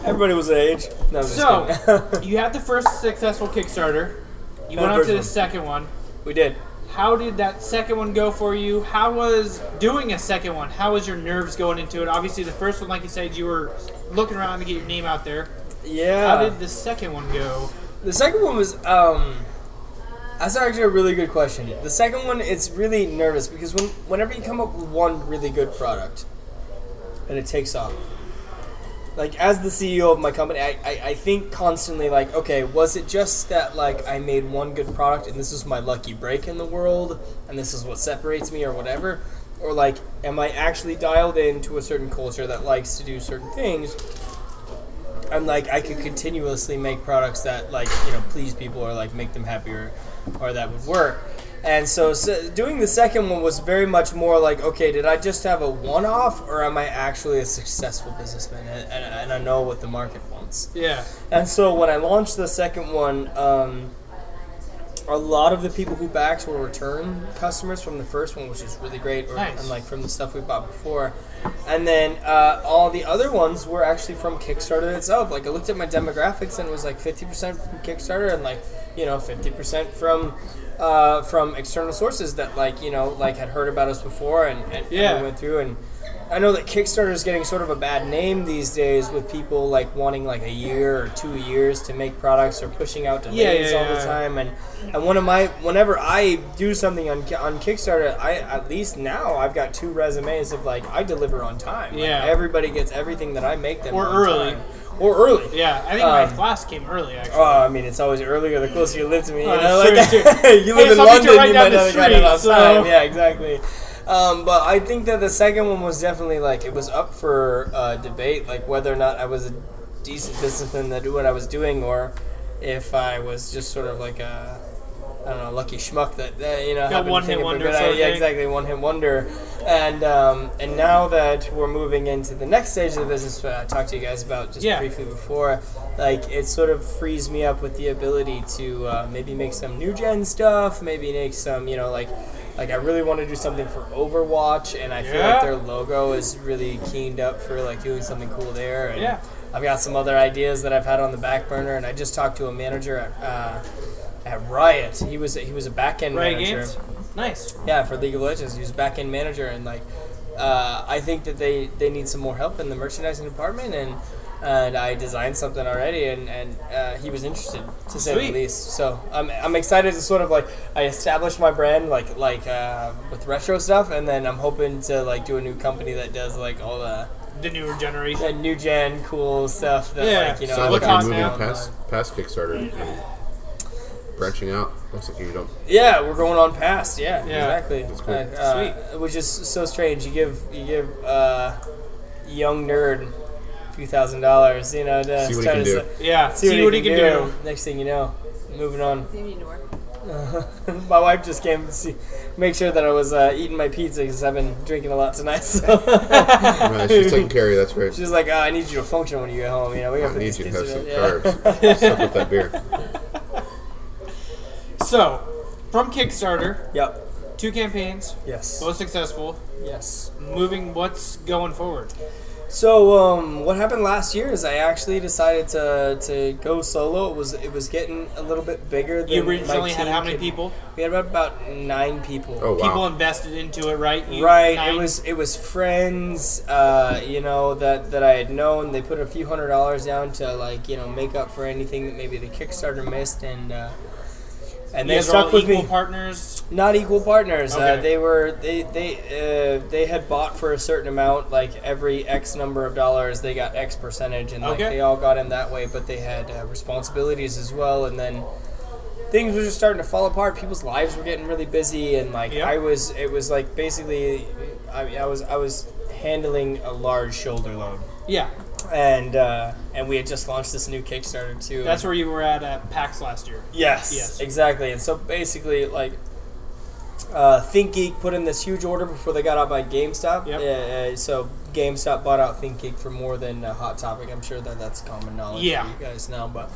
Everybody was at age. No, I'm just
So
kidding.
you had the first successful Kickstarter. You
That
went on
first
to the
one.
second one.
we did.
How did that second one go for you? How was doing a second one? How was your nerves going into it? Obviously, the first one, like you said, you were looking around to get your name out there.
Yeah.
How did the second one go?
The second one was um that's actually a really good question. The second one it's really nervous because when whenever you come up with one really good product and it takes off. Like as the CEO of my company, I, I, I think constantly like, okay, was it just that like I made one good product and this is my lucky break in the world and this is what separates me or whatever? Or like am I actually dialed into a certain culture that likes to do certain things? I'm like I could continuously make products that like you know please people or like make them happier or that would work. And so, so doing the second one was very much more like okay, did I just have a one-off or am I actually a successful businessman and, and, and I know what the market wants?
Yeah.
And so when I launched the second one, um, a lot of the people who backed were return customers from the first one, which is really great, or,
Nice.
and like from the stuff we bought before. And then uh, all the other ones were actually from Kickstarter itself. Like I looked at my demographics and it was like 50% from Kickstarter and like you know 50% from uh, from external sources that like you know like had heard about us before and, and
Yeah.
we went through and. I know that Kickstarter is getting sort of a bad name these days with people like wanting like a year or two years to make products or pushing out to
Yeah,
delays
yeah,
all
yeah.
the time and and one of my whenever I do something on Ki- on Kickstarter I at least now I've got two resumes of like I deliver on time Like,
Yeah.
everybody gets everything that I make them
Or
on
early.
time. or early
Yeah. I think my
Um,
flask came early, actually.
Oh, I mean, it's always earlier the closer you live to me. You,
Oh,
know?
sure,
like,
sure.
you live
Hey,
in
some people
London,
right
you
down the
might not have got it
street,
on
so-
time. Yeah, exactly. Um, but I think that the second one was definitely like it was up for uh, debate, like whether or not I was a decent businessman that knew what I was doing, or if I was just sort of like a I don't know lucky schmuck that, that you know happened to
one-hit
think of a
wonder
good
sort of
idea.
thing.
exactly one hit wonder. And um, and now that we're moving into the next stage of the business, what I talked to you guys about just
Yeah.
briefly before, like it sort of frees me up with the ability to uh, maybe make some new gen stuff, maybe make some you know like like I really want to do something for Overwatch, and I feel
Yeah.
like their logo is really keened up for like doing something cool there. And
Yeah.
I've got some other ideas that I've had on the back burner, and I just talked to a manager at. Uh, at Riot, he was he was a back end
Riot
manager.
Games? Nice.
Yeah, for League of Legends, he was back end manager, and like uh, I think that they, they need some more help in the merchandising department, and and I designed something already, and and uh, he was interested to say
Sweet.
the least. So I'm, I'm excited to sort of like I established my brand like like uh, with retro stuff, and then I'm hoping to like do a new company that does like all the,
The newer generation.
the new gen cool stuff. That,
Yeah.
like, you know,
Sounds like
look
like
you're
out
moving
now.
past past Kickstarter and branching out. Looks like you don't.
Yeah, we're going on past. Yeah,
Yeah.
exactly.
That's cool.
Like, uh, Which is so strange. You give you give uh, young nerd a few thousand dollars, you know, to
See what he
try
can
to
do.
s-
Yeah. See, what he can do.
Next thing you know, moving on.
You need to work.
my wife just came to see, make sure that I was uh, eating my pizza because I've been drinking a lot tonight. So.
Right, she's taking care of you. That's right.
She's like, oh, I need you to function when you get home. You know, we
I
gotta put
need
these
you to
kids
have
to
some
bed."
carbs. Suck up that beer.
So, from Kickstarter,
Yeah. Yep.
two campaigns,
Yes.
both successful.
Yes.
Moving, what's going forward?
So um, what happened last year is I actually decided to, to go solo. It was it was getting a little bit bigger. Than
You
my
originally had
team
how many
could-
people?
We had about nine people.
Oh
People
wow.
invested into it, right? You-
Right.
nine-
It was it was friends, uh, you know that that I had known. They put a few hundred dollars down to like you know make up for anything that maybe the Kickstarter missed, and uh, and
You
they
guys are all
stuck with
equal
me.
partners.
Not equal partners. Uh,
Okay.
they were they they uh, they had bought for a certain amount, like every X number of dollars, they got X percentage, and like
Okay.
they all got in that way. But they had uh, responsibilities as well, and then things were just starting to fall apart. People's lives were getting really busy, and like
Yeah.
I was, it was like basically, I mean, I was I was handling a large shoulder load,
Yeah,
and uh, and we had just launched this new Kickstarter too.
that's where you were at at PAX last year.
Yes.
Yes.
Exactly. And so basically, like, uh, ThinkGeek put in this huge order before they got out by GameStop.
Yep.
Yeah. Uh, so GameStop bought out ThinkGeek for more than uh, Hot Topic. I'm sure that that's common knowledge.
Yeah.
For you guys know, but.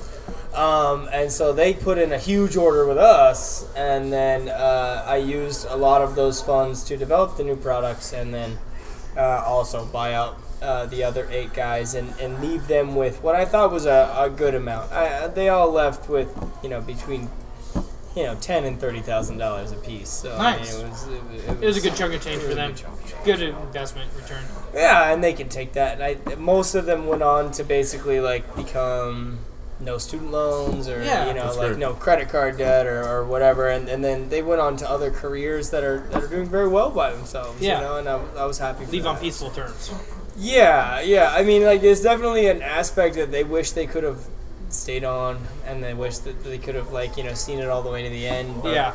Um, and so they put in a huge order with us, and then uh, I used a lot of those funds to develop the new products, and then uh, also buy out uh, the other eight guys and, and leave them with what I thought was a, a good amount. I, I- they all left with you know between you know ten and thirty thousand dollars a piece. So I mean,
Nice.
it was it,
It was a good chunk of change
it
for
was a
them.
good chunk of change.
Good investment return.
Yeah, and they can take that. And I, most of them went on to basically like become no student loans or
Yeah.
you know
That's
like
great.
no credit card debt or, or whatever, and, and then they went on to other careers that are that are doing very well by themselves.
Yeah.
you know, and I, I was happy. For
Leave on
that.
peaceful terms.
Yeah, yeah. I mean, like, there's definitely an aspect that they wish they could have stayed on, and they wish that they could have, like, you know, seen it all the way to the end. But,
Yeah.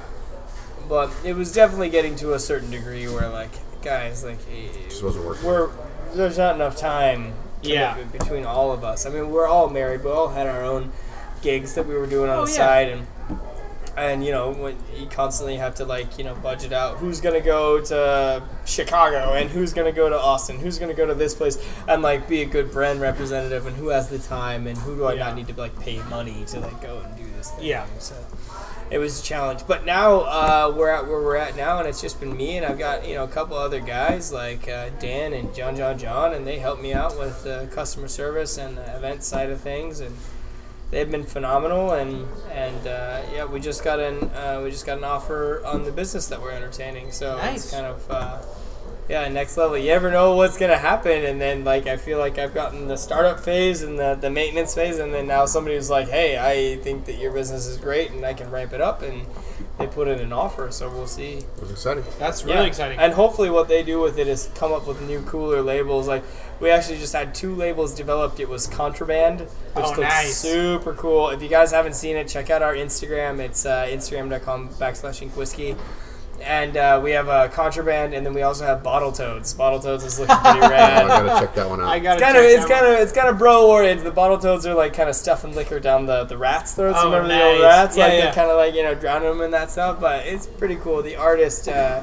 But it was definitely getting to a certain degree where, like, guys, like, eh,
Just wasn't working.
we're there's not enough time.
Yeah.
commitment Between all of us, I mean, we're all married. We all had our own gigs that we were doing on
Oh,
the
yeah.
side, and and you know, when you constantly have to like you know budget out who's gonna go to Chicago and who's gonna go to Austin, who's gonna go to this place, and like be a good brand representative, and who has the time, and who do I
Yeah.
not need to like pay money to like go and do this thing.
Yeah.
So it was a challenge. But now uh, we're at where we're at now, and it's just been me, and I've got you know a couple other guys like uh, Dan and John John John, and they help me out with the customer service and the event side of things, and they've been phenomenal. And and uh, yeah, we just got an uh, we just got an offer on the business that we're entertaining, so
Nice.
it's kind of. Uh, yeah, next level. You never know what's gonna happen, and then like I feel like I've gotten the startup phase and the, the maintenance phase, and then now somebody was like, "Hey, I think that your business is great, and I can ramp it up," and they put in an offer. So we'll see.
It was exciting.
That's really
Yeah.
exciting.
And hopefully, what they do with it is come up with new, cooler labels. Like we actually just had two labels developed. It was Contraband, which
Oh,
looks
nice.
super cool. If you guys haven't seen it, check out our Instagram. It's uh, Instagram.com backslash Inkwhiskey. And uh, we have uh, Contraband, and then we also have Bottle Toads. Bottle Toads is looking pretty
Oh, I
rad.
gotta check that one out.
I got
It's kind of it's kind of it's kind of bro oriented. The bottle toads are like kind of stuffing liquor down the, the rats' throats.
Oh,
Remember the old
nice.
rats?
Yeah,
like
yeah.
they kind of like you know drown them in that stuff. But it's pretty cool. The artist, uh,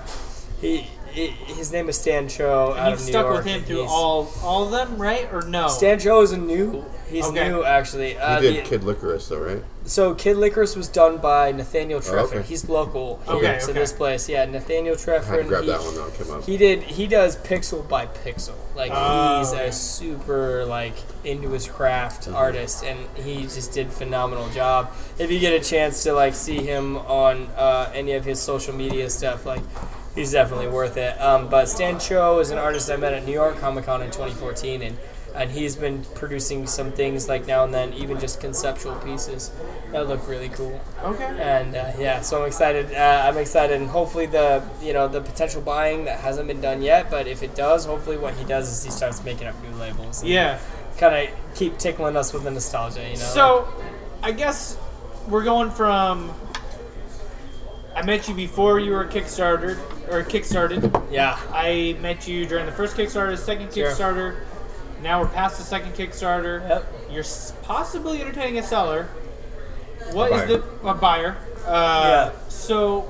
he, he his name is Stan Cho out
You've
of New
stuck
York.
with him
and
through
he's-
all all of them, right? Or no?
Stan Cho is a new. He's
Okay.
new actually. Uh,
You did
the-
Kid Licorice though, right?
so Kid Licorice was done by Nathaniel
Oh, okay.
Treffin. He's local. He
Okay,
works in
okay.
this place. Yeah, Nathaniel
I had to
Treffin.
grab
he-
that one though. It came up.
he did. He does pixel by pixel. Like
Oh,
he's
okay.
a super like into his craft artist, and he just did phenomenal job. If you get a chance to like see him on uh, any of his social media stuff, like he's definitely worth it. Um, but Stan Cho is an artist I met at New York Comic Con in 2014, and and he's been producing some things like now and then, even just conceptual pieces that look really cool.
Okay.
And uh, yeah, so I'm excited. Uh, I'm excited, and hopefully the you know the potential buying that hasn't been done yet, but if it does, hopefully what he does is he starts making up new labels.
Yeah.
Kind of keep tickling us with the nostalgia, you know.
So, I guess we're going from. I met you before you were Kickstarter or Kickstarted.
yeah,
I met you during the first Kickstarter, second
Sure.
Kickstarter. Now we're past the second Kickstarter.
Yep.
You're s- possibly entertaining a seller. What is
Buyer.
the a buyer? Uh,
Yeah.
So,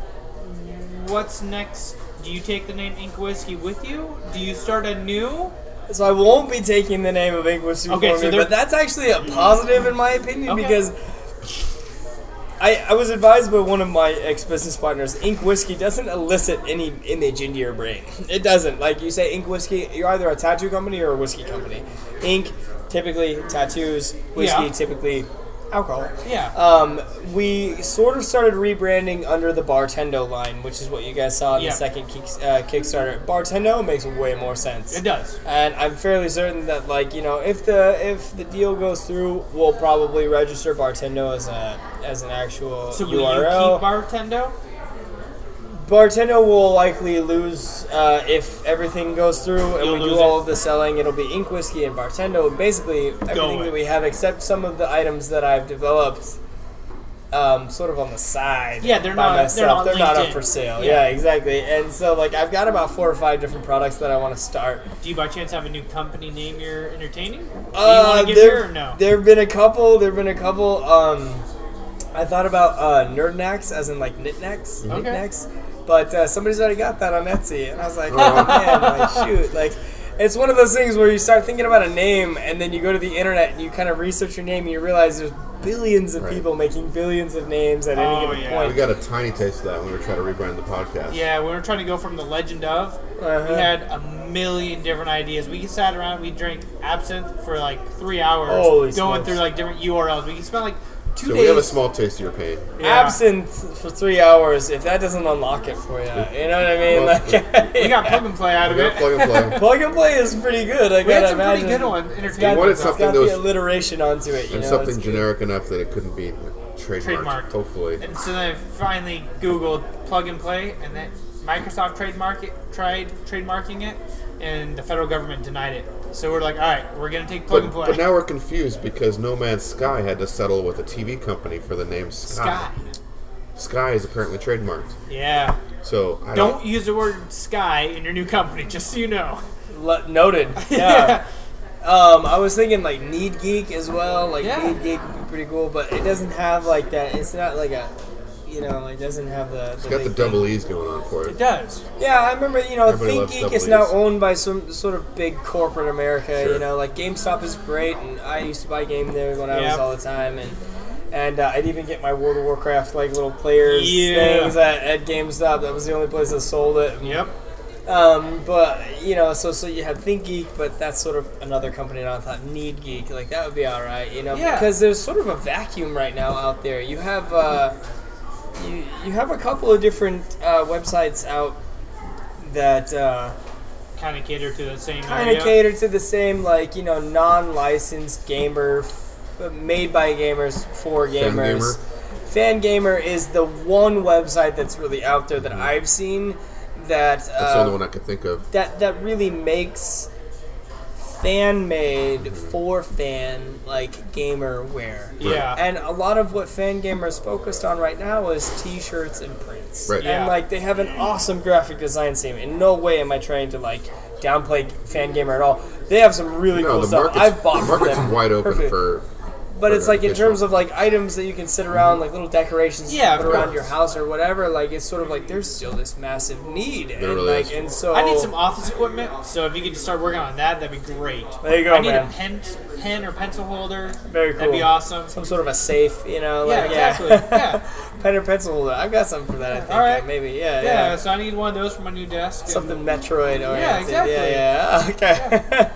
what's next? Do you take the name Ink Whiskey with you? Do you start anew?
So I won't be taking the name of English Super
Okay,
okay,
so there-
but that's actually a positive in my opinion
Okay.
because I, I was advised by one of my ex-business partners, ink whiskey doesn't elicit any image into your brain. It doesn't. Like you say ink whiskey, you're either a tattoo company or a whiskey company. Ink, typically tattoos, whiskey,
Yeah.
typically alcohol.
Yeah.
Um, we sort of started rebranding under the Bartendo line, which is what you guys saw in
Yeah.
the second kick, uh, Kickstarter. Bartendo makes way more sense.
It does.
And I'm fairly certain that, like you know, if the if the deal goes through, we'll probably register Bartendo as a as an actual
So will you
URL.
keep Bartendo?
Bartendo will likely lose uh, if everything goes through and
You'll
we do
lose
all
it.
of the selling. It'll be Ink Whiskey and Bartendo. Basically, everything
away.
that we have, except some of the items that I've developed, um, sort of on the side.
Yeah, they're
by
not- they're
myself.
not
up
LinkedIn.
for sale.
Yeah.
yeah, exactly. And so, like, I've got about four or five different products that I want to start.
Do you by chance have a new company name you're entertaining? Do you
Uh,
want to give
there,
her or no?
There've been a couple. There've been a couple. Um, I thought about uh, nerd knacks, as in like knickknacks,
Okay.
knickknacks. But uh, somebody's already got that on Etsy, and I was like,
Oh.
oh man, like shoot, like. It's one of those things where you start thinking about a name, and then you go to the internet and you kind of research your name, and you realize there's billions of
Right.
people making billions of names at any
Oh,
given
yeah.
We
point.
got a tiny taste of that when we were trying to rebrand the podcast.
Yeah, we were trying to go from the legend of.
Uh-huh.
We had a million different ideas. We sat around, we drank absinthe for like three hours,
Holy
going
smokes.
through like different URLs. We spent like two
So
days.
we have a small taste of your pain.
Yeah.
Absinthe for three hours, if that doesn't unlock it for you, you know what I mean?
Well,
Like,
We got plug and play out
We
of
got
it.
plug and play.
Plug and play is pretty good. I
We had
gotta
some
imagine.
pretty good ones. Entertainment.
It's got-
wanted
it's
something
got
that was-
the alliteration onto it. You
and
know,
something
it's-
generic enough that it couldn't be trademarked.
Trademarked.
Hopefully.
And so then I finally Googled plug and play, and then Microsoft trademark it, tried trademarking it, and the federal government denied it. So we're like, all right, we're gonna take plug
But,
and play.
but now we're confused because No Man's Sky had to settle with a TV company for the name Sky.
Sky.
Sky is apparently trademarked.
Yeah.
So I don't.
Don't use the word sky in your new company, just so you know.
Le- noted. Yeah. um, I was thinking like Need Geek as well. Like
Yeah.
Need Geek would be pretty cool, but it doesn't have like that. It's not like a, you know, it doesn't have the.
It's got the
big
double E's going on for
It
it.
does.
Yeah, I remember. You know,
Everybody
Think
loves
ThinkGeek
double
is now
E's.
owned by some sort of big corporate America.
Sure.
You know, like GameStop is great, and I used to buy game there when I was
Yep.
all the time, and and uh, I'd even get my World of Warcraft like little players
Yeah.
things at, at GameStop. That was the only place that sold it.
Yep.
Um, but you know, so so you had ThinkGeek, but that's sort of another company. And I thought NeedGeek, like that would be all right, you know,
Yeah.
because there's sort of a vacuum right now out there. You have uh, you you have a couple of different uh, websites out that uh,
Kind of cater to the same
kind
area.
of cater to the same, like you know, non-licensed gamer, but made by gamers for
Fan
gamers. Fangamer is the one website that's really out there that I've seen. That
Mm.
uh,
That's the only one I could think of.
that that really makes fan made for fan like gamer wear.
Yeah.
And a lot of what fan gamers focused on right now is t-shirts and prints.
Right.
Yeah.
And like they have an awesome graphic design team. In no way am I trying to like downplay fan gamer at all. They have some really
No,
cool
the
stuff.
market's,
I've bought
the
from
market's
them.
wide open
Perfect.
for.
But it's
for
like in
additional-
terms of like items that you can sit around, like little decorations
Yeah,
you put
of
around
course.
your house or whatever. Like it's sort of like there's still this massive need, and
really
like
is.
and so
I need some office equipment, so if you could just start working on that, that'd be great.
There you go,
I need
Oh, man.
a pen, pen or pencil holder.
Very
That'd be
cool.
awesome.
some sort of a safe, you know?
Yeah,
Like,
exactly. Yeah.
Pen or pencil holder. I've got something for that, I think.
All right.
Maybe, yeah,
yeah,
yeah.
so I need one of those for my new desk. and-
Something Metroid oriented.
exactly.
Yeah, yeah. Okay.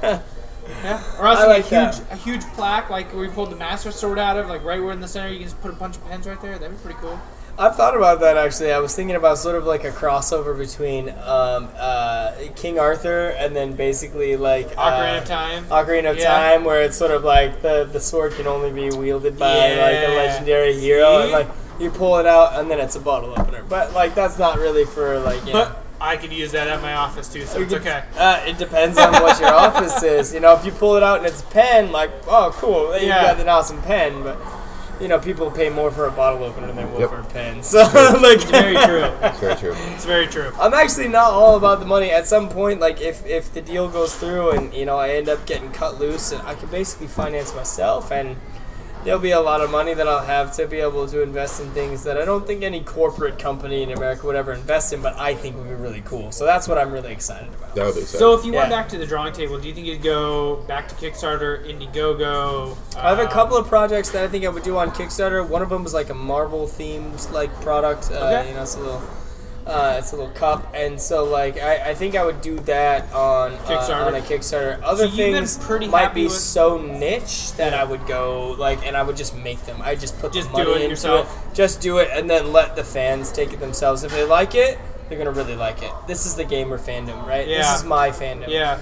Yeah. Or else
I
like
like
a huge,
that.
a huge plaque, like where we pulled the master sword out of, like right where in the center. You can just put a bunch of pens right there. That'd be pretty cool.
I've thought about that actually. I was thinking about sort of like a crossover between um, uh, King Arthur and then basically like
Ocarina
uh,
of Time.
Ocarina of
Yeah.
Time, where it's sort of like the, the sword can only be wielded by like a
Yeah.
legendary hero, and
See?
like you pull it out, and then it's a bottle opener. But like that's not really for like you know.
But I could use that at my office too, so
you
it's
could-
okay.
Uh, it depends on what your office is. You know, if you pull it out and it's a pen, like oh cool, you
Yeah.
got an awesome pen. But you know, people pay more for a bottle opener than they will
Yep.
for a pen. So like
Very true.
It's very true.
It's very true.
I'm actually not all about the money. At some point, like if if the deal goes through and you know I end up getting cut loose, and I can basically finance myself, and there'll be a lot of money that I'll have to be able to invest in things that I don't think any corporate company in America would ever invest in, but I think would be really cool. So that's what I'm really excited about.
That would be sad.
So if you went
Yeah.
back to the drawing table, do you think you'd go back to Kickstarter, Indiegogo?
I have a
um,
couple of projects that I think I would do on Kickstarter. One of them was like a Marvel themed like product. Uh,
Okay.
You know, it's a little. Uh, it's a little cup, and so like I, I think I would do that on uh,
Kickstarter.
on a Kickstarter. Other
So you've been
things
pretty
might
happy
be
with-
so niche that I would go like, and I would just make them. I just put
Just
the money
do it
into
yourself.
it, just do it, and then let the fans take it themselves. If they like it, they're gonna really like it. This is the gamer fandom, right?
Yeah.
This is my fandom.
Yeah,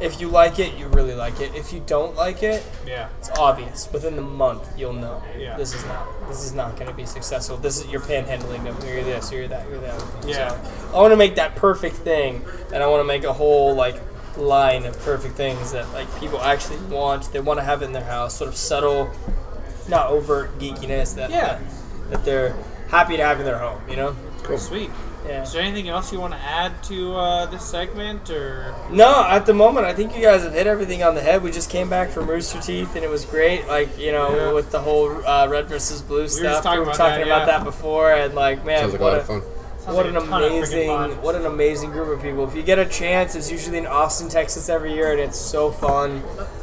If you like it, you really like it. If you don't like it,
yeah.
it's obvious. Within the month, you'll know.
Yeah.
This is not. This is not going to be successful. This is you're panhandling them. You're this. You're that. You're that.
Yeah.
So, I want to make that perfect thing, and I want to make a whole like line of perfect things that like people actually want. They want to have it in their house. Sort of subtle, not overt geekiness that
Yeah.
that, that they're happy to have in their home. You know.
cool.
Sweet.
Yeah.
Is there anything else you want to add to uh, this segment, or
No, at the moment, I think you guys have hit everything on the head. We just came back from Rooster Teeth, and it was great. Like you know,
Yeah.
with the whole uh, red versus blue
just
stuff,
talking
we were
about
talking
that,
about
yeah.
that before, and like, man,
Sounds like a
what
lot
a,
of fun.
Sounds like
what an
a ton of freaking
amazing,
fun.
what an amazing group of people. If you get a chance, it's usually in Austin, Texas, every year, and it's so fun.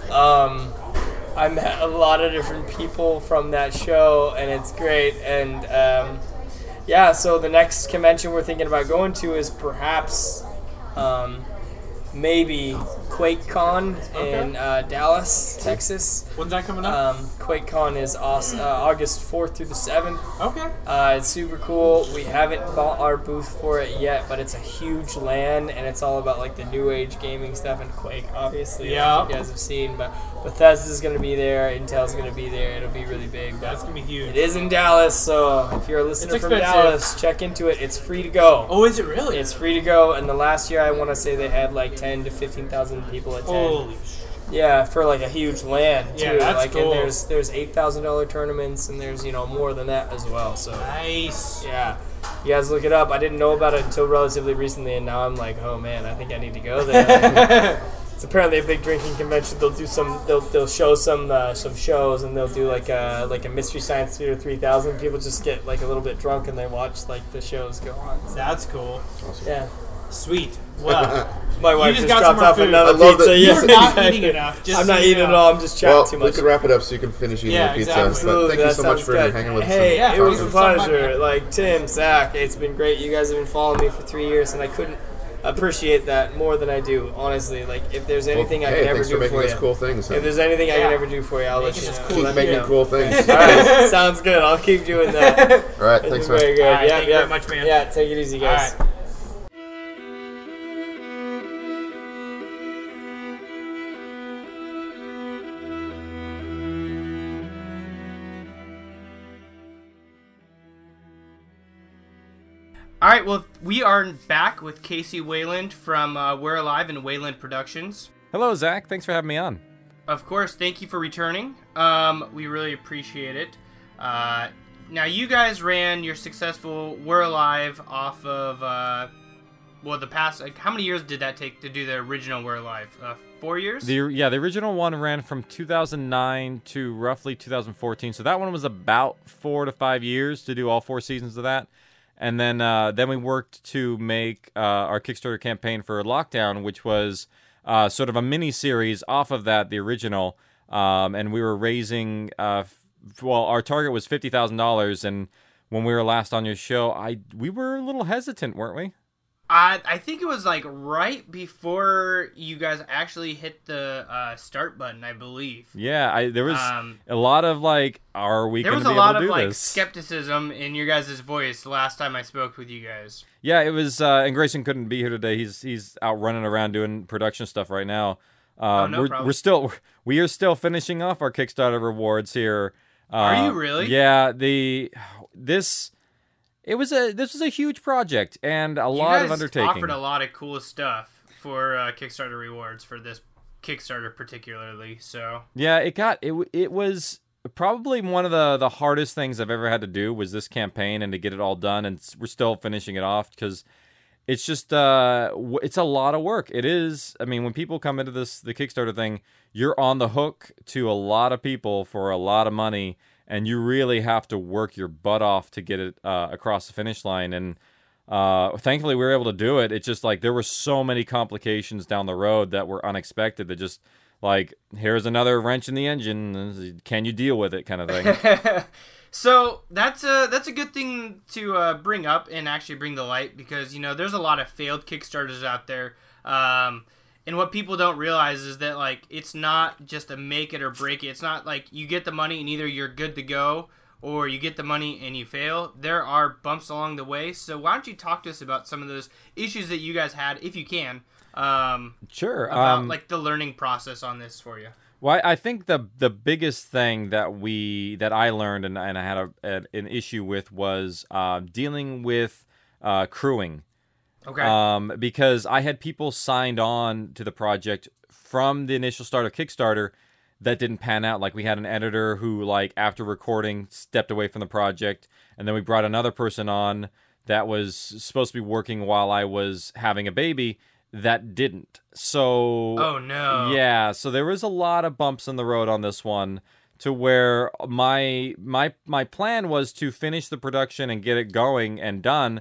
Um, I met a lot of different people from that show, and it's great. And um, yeah, so the next convention we're thinking about going to is perhaps um, maybe QuakeCon in uh, Dallas, Texas.
when's that coming up?
Um, QuakeCon is Aus- uh, August 4th through the 7th.
okay.
Uh, it's super cool. We haven't bought our booth for it yet, but it's a huge LAN, and it's all about like the new age gaming stuff and Quake, obviously. like
Yeah.
you guys have seen, but Bethesda's gonna be there, Intel's gonna be there. It'll be really big.
That's
But
gonna be
it
huge.
is in Dallas, so if you're a listener
It's
from
expensive.
Dallas, check into it. It's free to go.
Oh, is it really?
It's free to go. And the last year, I want to say they had like ten to fifteen thousand people attend.
holy. Sh-
Yeah, for like a huge land too.
Yeah, that's
like
cool.
and there's there's eight thousand dollar tournaments and there's you know more than that as well. So
nice.
yeah. You guys look it up. I didn't know about it until relatively recently, and now I'm like, oh man, I think I need to go there. it's apparently a big drinking convention. They'll do some. They'll, they'll show some uh, some shows, and they'll do like a like a mystery science theater three thousand. People just get like a little bit drunk and they watch like the shows go on. So,
That's cool.
yeah.
Sweet. Well,
My wife
just
just,
got some
dropped
more
off
food.
another
I love
pizza.
that
yeah,
you're
not
exactly.
eating enough, just
I'm
so
not
you
eating
know.
at all. I'm just chatting
Well,
too
we
much.
could wrap it up so you can finish eating
Yeah,
your pizza.
exactly.
But thank you
That
so much
sounds
for
good.
hanging with us.
Hey,
Yeah,
it was a
thanks for stopping by.
pleasure. Like Tim, Zach, it's been great. You guys have been following me for three years, and I couldn't appreciate that more than I do. Honestly, like if there's
Well,
anything I
hey,
can ever
thanks for
do
making
for
us
you,
cool things.
if
huh?
there's anything I can
Yeah.
ever do for you, I'll let you
us
know.
cool.
Keep
Let me
making
know.
cool things.
All right, sounds good. I'll keep doing that.
All right,
It's
thanks,
been
man.
very good.
All right,
yeah,
thank you
yeah.
very much, man.
Yeah, take it easy, guys.
All right.
All right, well, we are back with Casey Wayland from uh, We're Alive and Wayland Productions.
Hello, Zach. Thanks for having me on.
Of course, thank you for returning. Um, we really appreciate it. Uh, now, you guys ran your successful We're Alive off of, uh, well, the past, like, how many years did that take to do the original We're Alive? Uh, four years?
The yeah, the original one ran from 2009 to roughly 2014. So that one was about four to five years to do all four seasons of that, and then uh, then we worked to make uh, our Kickstarter campaign for Lockdown, which was uh, sort of a mini series off of that, the original, um, and we were raising. Uh, f- well, our target was fifty thousand dollars, and when we were last on your show, I we were a little hesitant, weren't we?
I I think it was like right before you guys actually hit the uh, start button, I believe.
Yeah, I there was
Um,
a lot of like, are we
There
going
was
to
a
be able
lot
to
of
do
like
this?
skepticism in your guys' voice the last time I spoke with you guys.
yeah, it was. Uh, and Grayson couldn't be here today. He's he's out running around doing production stuff right now. Um,
Oh, no
we're
problem.
we're still we are still finishing off our Kickstarter rewards here. Uh,
Are you really?
Yeah. The this it was a this was a huge project and a
You
lot
guys
of undertaking.
offered a lot of cool stuff for uh, Kickstarter rewards for this Kickstarter particularly. So
Yeah, it got it. w- It was probably one of the the hardest things I've ever had to do was this campaign and to get it all done, and s- we're still finishing it off because it's just uh w- it's a lot of work. It is. I mean, when people come into this the Kickstarter thing, you're on the hook to a lot of people for a lot of money, and you really have to work your butt off to get it uh, across the finish line and. Uh, thankfully, we were able to do it. It's just like there were so many complications down the road that were unexpected. That just like here's another wrench in the engine. Can you deal with it? Kind of thing.
So that's a that's a good thing to uh, bring up and actually bring to light because you know there's a lot of failed Kickstarters out there, um, and what people don't realize is that like it's not just a make it or break it. It's not like you get the money and either you're good to go or you get the money and you fail. There are bumps along the way. So why don't you talk to us about some of those issues that you guys had, if you can, um,
sure.
about
um,
like the learning process on this for you.
Well, I I think the the biggest thing that we that I learned and, and I had a, an, an issue with was uh, dealing with uh, crewing
Okay.
um, because I had people signed on to the project from the initial start of Kickstarter that didn't pan out. Like we had an editor who, like after recording, stepped away from the project, and then we brought another person on that was supposed to be working while I was having a baby that didn't. So
oh no.
yeah, so there was a lot of bumps in the road on this one to where my my my plan was to finish the production and get it going and done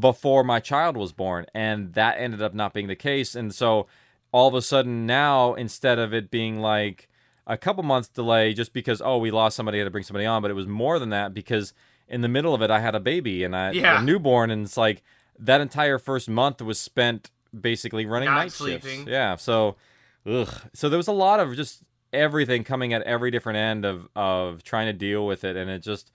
before my child was born and that ended up not being the case and so all of a sudden now instead of it being like a couple months delay just because oh we lost somebody had to bring somebody on but it was more than that because in the middle of it I had a baby and I
Yeah.
a newborn and it's like that entire first month was spent basically running
Not
night
sleeping.
shifts yeah so Ugh. So there was a lot of just everything coming at every different end of of trying to deal with it, and it just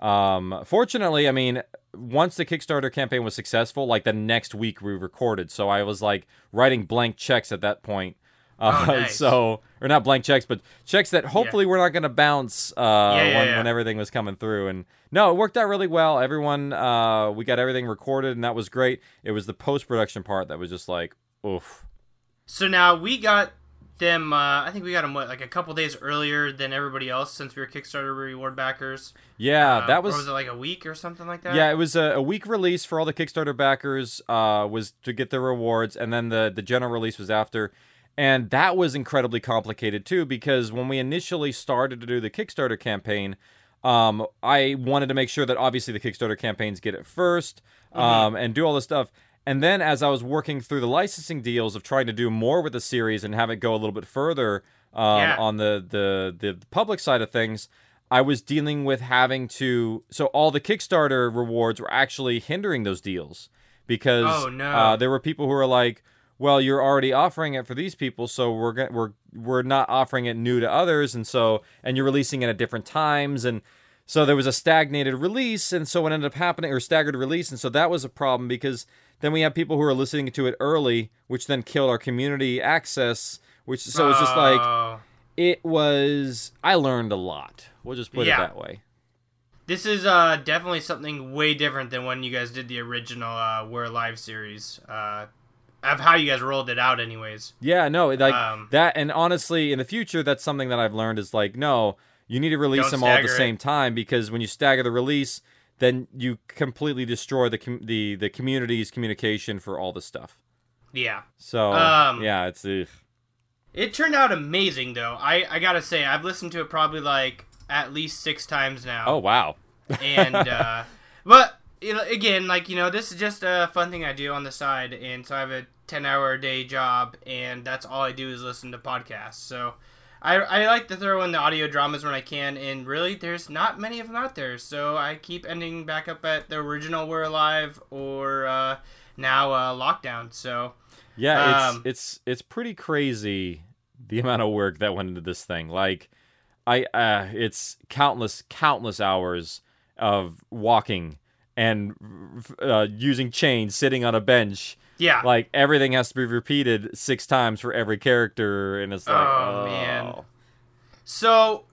um fortunately, I mean, once the Kickstarter campaign was successful, like the next week we recorded, so I was like writing blank checks at that point. Uh,
Oh, nice.
So or not blank checks, but checks that hopefully we're not going to bounce uh,
yeah,
when,
yeah.
when everything was coming through. And no, it worked out really well. Everyone, uh, we got everything recorded, and that was great. It was the post production part that was just like, oof.
So now we got them. Uh, I think we got them what, like a couple days earlier than everybody else, since we were Kickstarter reward backers.
Yeah,
Uh,
that
or was it like a week or something like that.
Yeah, it was a, a week release for all the Kickstarter backers. Uh, was to get their rewards, and then the the general release was after, and that was incredibly complicated too because when we initially started to do the Kickstarter campaign, um, I wanted to make sure that obviously the Kickstarter campaigns get it 1st
Mm-hmm.
um, and do all this stuff. And then as I was working through the licensing deals of trying to do more with the series and have it go a little bit further um,
Yeah.
on the, the the public side of things, I was dealing with having to. So all the Kickstarter rewards were actually hindering those deals because
Oh, no.
uh, there were people who were like, "Well, you're already offering it for these people, so we're go- we're we're not offering it new to others, and so and you're releasing it at different times, and so there was a stagnated release, and so what ended up happening or staggered release, and so that was a problem because then we have people who are listening to it early, which then killed our community access, which so it's just like
Oh.
it was. I learned a lot. We'll just put
Yeah.
it that way.
This is uh, definitely something way different than when you guys did the original uh, We're Live series, uh, of how you guys rolled it out, anyways.
Yeah, no, it, like
Um,
that. And honestly, in the future, that's something that I've learned is like, no, you need to release
Don't
them all at the
stagger it.
same time because when you stagger the release, then you completely destroy the com- the the community's communication for all this stuff.
Yeah.
So
Um,
yeah, it's ugh.
It turned out amazing, though. I, I gotta say, I've listened to it probably like at least six times now.
oh wow,
and uh, but you know, again, like you know, this is just a fun thing I do on the side, and so I have a ten-hour a day job, and that's all I do is listen to podcasts. So I, I like to throw in the audio dramas when I can, and really, there's not many of them out there, so I keep ending back up at the original We're Alive or uh, now uh, lockdown. So
Yeah, it's
Um,
it's it's pretty crazy the amount of work that went into this thing. Like I uh it's countless countless hours of walking and uh, using chains, sitting on a bench.
yeah,
Like everything has to be repeated six times for every character and it's like
Oh,
oh,
man. So,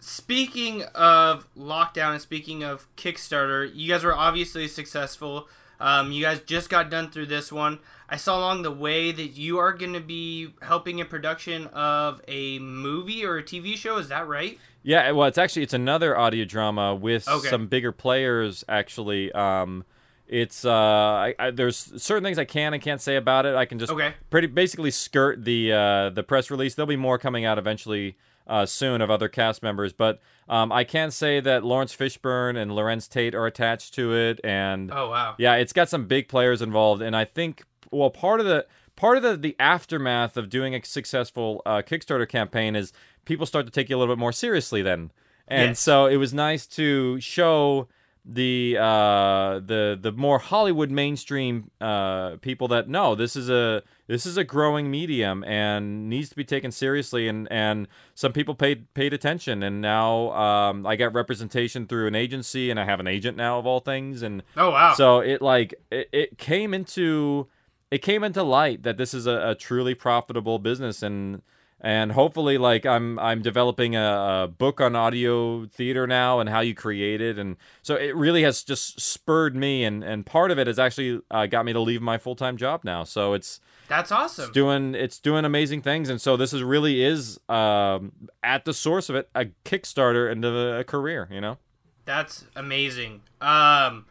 speaking of lockdown and speaking of Kickstarter, you guys were obviously successful. Um, you guys just got done through this one. I saw along the way that you are going to be helping in production of a movie or a TV show. Is that right?
Yeah, well, it's actually it's another audio drama with
Okay.
some bigger players. Actually, um, it's uh, I, I, there's certain things I can and can't say about it. I can just
Okay.
pretty basically skirt the uh, the press release. There'll be more coming out eventually uh, soon of other cast members, but um, I can say that Lawrence Fishburne and Lorenz Tate are attached to it, and
Oh wow.
yeah, it's got some big players involved, and I think well part of the part of the, the aftermath of doing a successful uh, Kickstarter campaign is people start to take you a little bit more seriously then, and
Yes.
so it was nice to show the uh, the the more Hollywood mainstream uh, people that no, this is a this is a growing medium and needs to be taken seriously, and and some people paid paid attention, and now um, I got representation through an agency, and I have an agent now of all things, and
Oh wow.
so it like it, it came into it came into light that this is a, a truly profitable business and and hopefully like i'm i'm developing a, a book on audio theater now and how you create it and so it really has just spurred me and and part of it has actually uh, got me to leave my full-time job now so it's
That's awesome.
doing it's doing amazing things and so this is really is um at the source of it a kickstarter into a career you know
That's amazing. Um,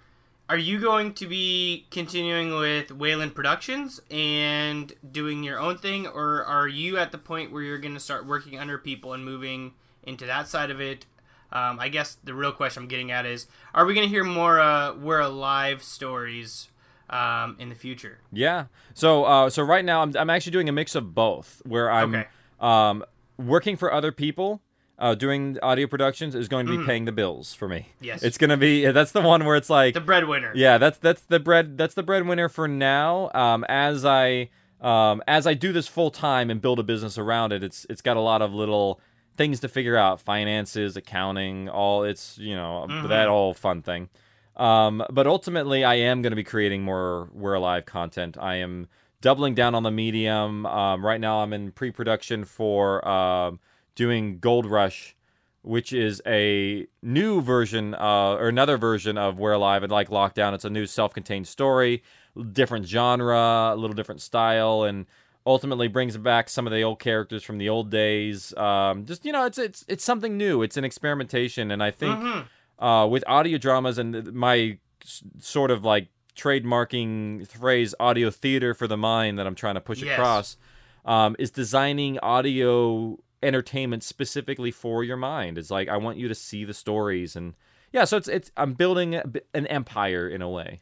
are you going to be continuing with Wayland Productions and doing your own thing, or are you at the point where you're going to start working under people and moving into that side of it? Um, I guess the real question I'm getting at is: Are we going to hear more uh, "We're Alive" stories um, in the future?
Yeah. So uh, so right now I'm I'm actually doing a mix of both, where I'm
Okay.
um, working for other people. Uh, doing audio productions is going to be paying the bills for me.
Mm. Yes.
it's going to be. That's the one where it's like
The breadwinner.
yeah, that's that's the bread that's the breadwinner for now. Um, as I um, as I do this full time and build a business around it, it's it's got a lot of little things to figure out: finances, accounting, all it's you know that all fun thing. Um, but ultimately, I am going to be creating more We're Alive content. I am doubling down on the medium. Um, right now, I'm in pre-production for um doing Gold Rush which is a new version uh, or another version of We're Alive and Like Lockdown. It's a new self-contained story, different genre, a little different style, and ultimately brings back some of the old characters from the old days. Um, just you know, it's it's it's something new. It's an experimentation, and I think uh, with audio dramas and th- my s- sort of like trademarking phrase audio theater for the mind that I'm trying to push
Yes.
across um, is designing audio entertainment specifically for your mind. It's like I want you to see the stories and yeah, so it's it's I'm building a b an empire in a way.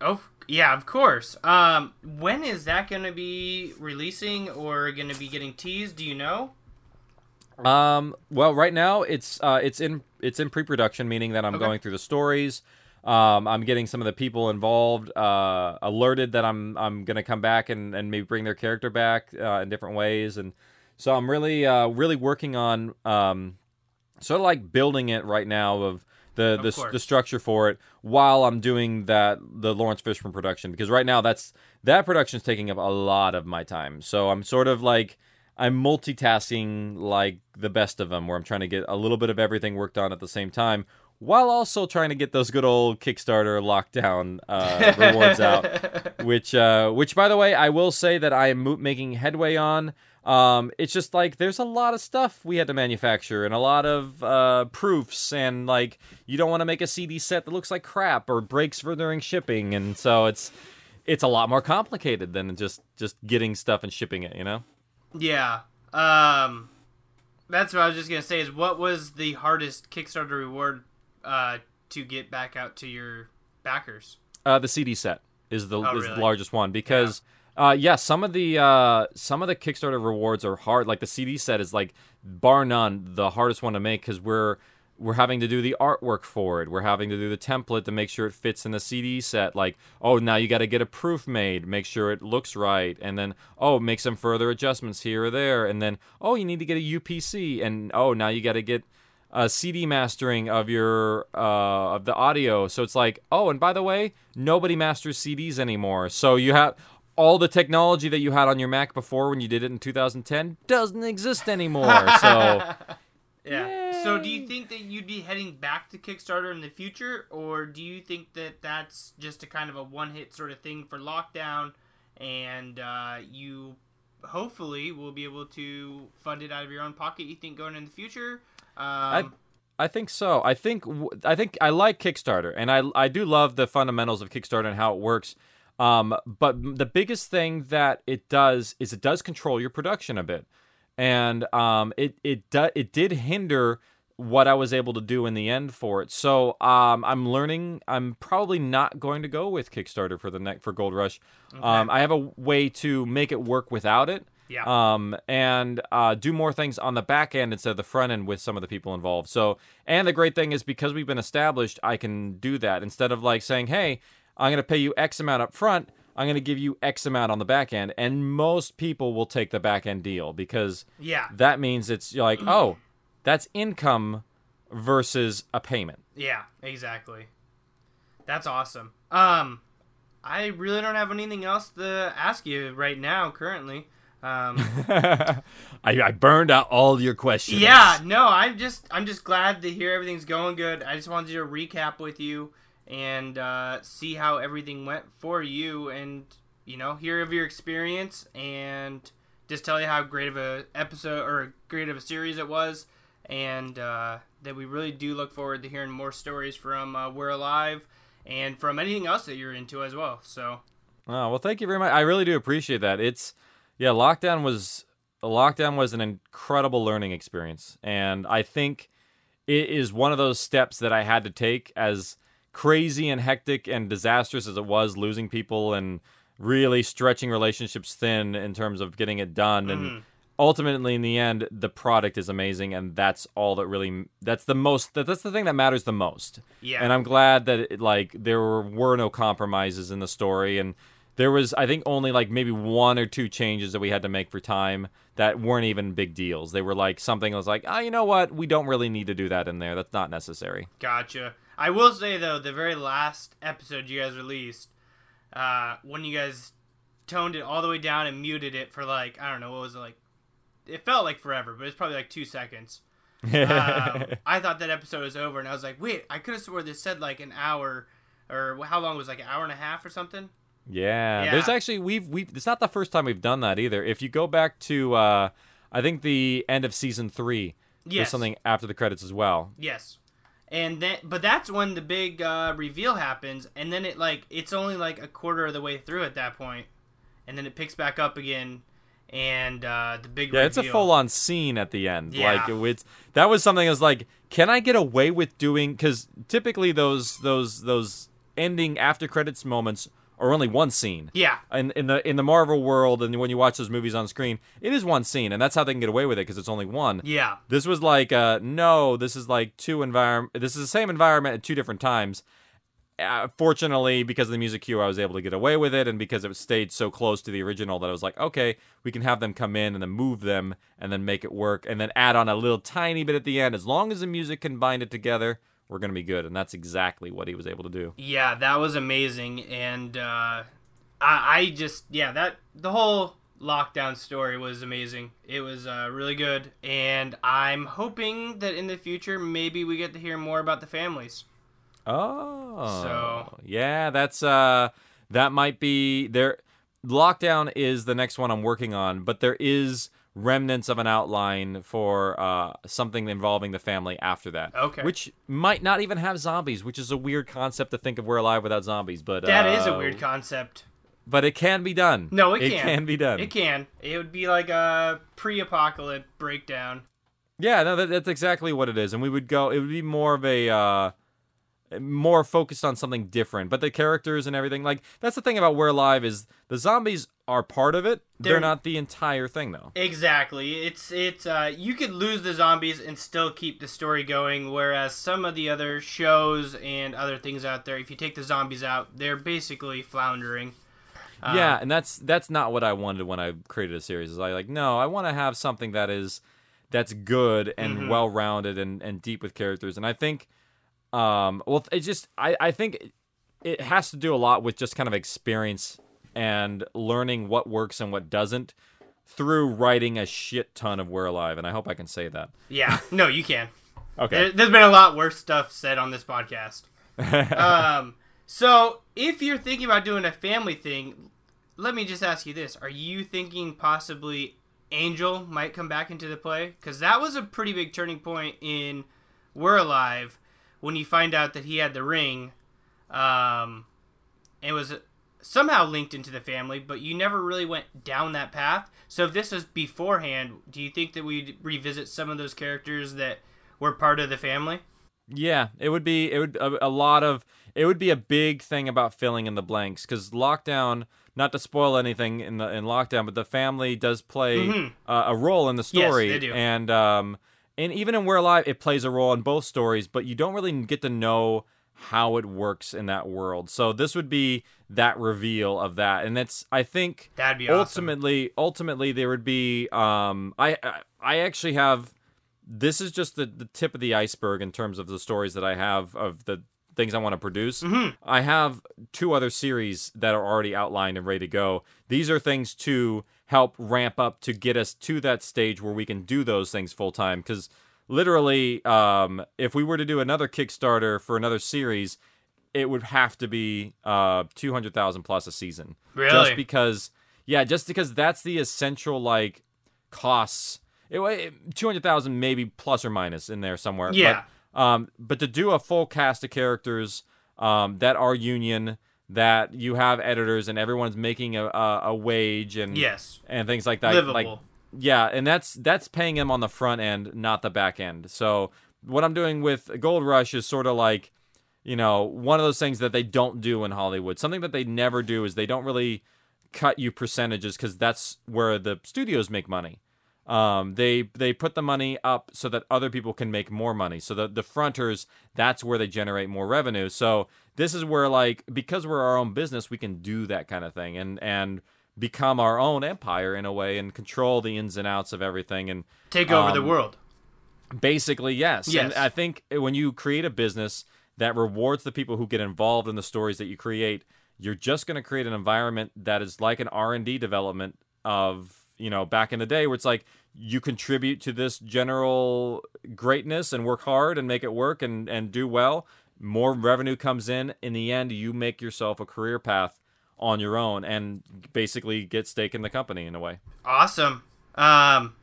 Oh, yeah, of course. Um, when is that going to be releasing or going to be getting teased? Do you know?
Um, well, right now it's uh, it's in it's in pre-production, meaning that I'm going through the stories. Um, I'm getting some of the people involved uh, alerted that I'm I'm gonna come back and, and maybe bring their character back uh, in different ways, and so I'm really uh, really working on um, sort of like building it right now of the the,
course.
the structure for it while I'm doing that the Lawrence Fishburne production because right now that's that production's taking up a lot of my time. So I'm sort of like I'm multitasking like the best of them where I'm trying to get a little bit of everything worked on at the same time while also trying to get those good old Kickstarter lockdown uh, rewards out which uh, which by the way I will say that I am mo- making headway on um, it's just like there's a lot of stuff we had to manufacture and a lot of uh, proofs and like you don't want to make a CD set that looks like crap or breaks for during shipping and so it's it's a lot more complicated than just just getting stuff and shipping it you know
Yeah. Um that's what I was just gonna say is what was the hardest Kickstarter reward uh to get back out to your backers?
Uh, the CD set is the
Oh,
is
really?
the largest one because yeah. uh yeah some of the uh some of the Kickstarter rewards are hard like the CD set is like bar none the hardest one to make because we're we're having to do the artwork for it. We're having to do the template to make sure it fits in the CD set. Like, oh, now you got to get a proof made, make sure it looks right, and then oh, make some further adjustments here or there, and then oh, you need to get a UPC, and oh, now you got to get uh, CD mastering of your uh, of the audio. So it's like, oh, and by the way, nobody masters CDs anymore. So you have all the technology that you had on your Mac before when you did it in 2010 doesn't exist anymore. so
Yeah. So do you think that you'd be heading back to Kickstarter in the future, or do you think that that's just a kind of a one-hit sort of thing for lockdown, and uh, you hopefully will be able to fund it out of your own pocket? You think going in the future? Um,
I I think so. I think w- I think I like Kickstarter, and I I do love the fundamentals of Kickstarter and how it works. Um, but m- the biggest thing that it does is it does control your production a bit, and um, it it do, it did hinder what I was able to do in the end for it. So um, I'm learning. I'm probably not going to go with Kickstarter for the neck for Gold Rush. Um, I have a way to make it work without it
Yeah.
um, and uh, do more things on the back end instead of the front end with some of the people involved. So, and the great thing is because we've been established, I can do that instead of like saying, "Hey, I'm going to pay you X amount up front. I'm going to give you X amount on the back end." And most people will take the back end deal because
Yeah.
that means it's like, "Oh, that's income versus a payment."
Yeah, exactly. That's awesome. Um, I really don't have anything else to ask you right now, currently. Um,
I, I burned out all your questions.
yeah, no, I'm just I'm just glad to hear everything's going good. I just wanted to do a recap with you and uh, see how everything went for you, and you know, hear of your experience and just tell you how great of a episode or great of a series it was, and uh, that we really do look forward to hearing more stories from uh, We're Alive and from anything else that you're into as well. So
Oh, well, thank you very much. I really do appreciate that. It's yeah, lockdown was lockdown was an incredible learning experience, and I think it is one of those steps that I had to take as crazy and hectic and disastrous as it was losing people and really stretching relationships thin in terms of getting it done and ultimately in the end the product is amazing and that's all that really that's the most that, that's the thing that matters the most
Yeah.
and i'm glad that it, like there were, were no compromises in the story and there was i think only like maybe one or two changes that we had to make for time that weren't even big deals they were like something that was like oh you know what we don't really need to do that in there that's not necessary
Gotcha. I will say though, the very last episode you guys released, uh, when you guys toned it all the way down and muted it for like I don't know what was it like, it felt like forever, but it's probably like two seconds. Um, I thought that episode was over, and I was like, wait, I could have swore this said like an hour, or how long was it, like an hour and a half or something.
Yeah,
Yeah.
there's actually we've we it's not the first time we've done that either. If you go back to uh I think the end of season 3,
Yes.
there's something after the credits as well.
Yes. And then, but that's when the big uh, reveal happens, and then it like it's only like a quarter of the way through at that point, and then it picks back up again, and uh, the big
Yeah, it's a
reveal.
full on scene at the end.
Yeah.
Like it's that was something I was like, can I get away with doing because typically those those those ending after credits moments are only one scene.
Yeah,
in, in the in the Marvel world, and when you watch those movies on screen, it is one scene, and that's how they can get away with it because it's only one.
yeah,
This was like uh no, this is like two environment. This is the same environment at two different times. Uh, fortunately, because of the music cue, I was able to get away with it, and because it stayed so close to the original, that I was like, okay, we can have them come in and then move them, and then make it work, and then add on a little tiny bit at the end. As long as the music can bind it together, we're gonna be good, and that's exactly what he was able to do.
yeah. That was amazing, and uh, I, I just yeah that the whole lockdown story was amazing. It was uh, really good, and I'm hoping that in the future maybe we get to hear more about the families.
Oh.
So-
yeah, that's uh that might be there lockdown is the next one I'm working on, but there is remnants of an outline for uh something involving the family after that.
Okay.
Which might not even have zombies, which is a weird concept to think of we're alive without zombies, but
That is a
uh,
weird concept.
But it can be done.
No, it, can.
be done.
It can. It would be like a pre-apocalypse breakdown.
Yeah, no, that, that's exactly what it is, and we would go. It would be more of a uh, more focused on something different. But the characters and everything, like that's the thing about We're Live is the zombies are part of it. They're,
They're-
not the entire thing though.
Exactly. It's it's uh, you could lose the zombies and still keep the story going, whereas some of the other shows and other things out there, if you take the zombies out, they're basically floundering.
yeah, and that's that's not what I wanted when I created a series. Is I like no, I want to have something that is that's good and well rounded and and deep with characters. And I think, um, well, it just I I think it- it has to do a lot with just kind of experience and learning what works and what doesn't through writing a shit ton of We're Alive. And I hope I can say that.
Yeah. No, you can.
Okay.
There, there's been a lot worse stuff said on this podcast. um, so if you're thinking about doing a family thing, let me just ask you this: Are you thinking possibly Angel might come back into the play? Because that was a pretty big turning point in We're Alive when you find out that he had the ring, um, and was somehow linked into the family, but you never really went down that path. So if this was beforehand, do you think that we'd revisit some of those characters that were part of the family?
Yeah, it would be it would a, a lot of it would be a big thing about filling in the blanks because lockdown. Not to spoil anything in the in lockdown, but the family does play uh, a role in the story,
Mm-hmm. they do.
and um, and even in We're Alive, it plays a role in both stories, but you don't really get to know how it works in that world. So this would be that reveal of that, and that's I think
That'd be awesome.
ultimately ultimately there would be um, I I- I actually have this is just the, the tip of the iceberg in terms of the stories that I have of the things I want to produce.
Mm-hmm.
I have two other series that are already outlined and ready to go. These are things to help ramp up to get us to that stage where we can do those things full time. Because literally, um, if we were to do another Kickstarter for another series, it would have to be uh, 200,000 plus a season.
Really?
Just because, yeah, just because that's the essential, like, costs. It, it, 200,000 maybe plus or minus in there somewhere.
Yeah.
But, um, but to do a full cast of characters um, that are union, that you have editors and everyone's making a, a, a wage and
Yes.
and things Hmm. like that.
Livable.
Like, yeah, and that's that's paying them on the front end, not the back end. So what I'm doing with Gold Rush is sort of like, you know, one of those things that they don't do in Hollywood. Something that they never do is they don't really cut you percentages because that's where the studios make money. Um, they they put the money up so that other people can make more money. So the the fronters, that's where they generate more revenue. So this is where like because we're our own business, we can do that kind of thing and and become our own empire in a way and control the ins and outs of everything and
Take over the
Um,
world.
Basically, yes. And
Yes.
I think when you create a business that rewards the people who get involved in the stories that you create, you're just going to create an environment that is like an R&D development of, you know, back in the day where it's like you contribute to this general greatness and work hard and make it work and and do well, more revenue comes in, in the end you make yourself a career path on your own and basically get stake in the company in a way.
Awesome. Um,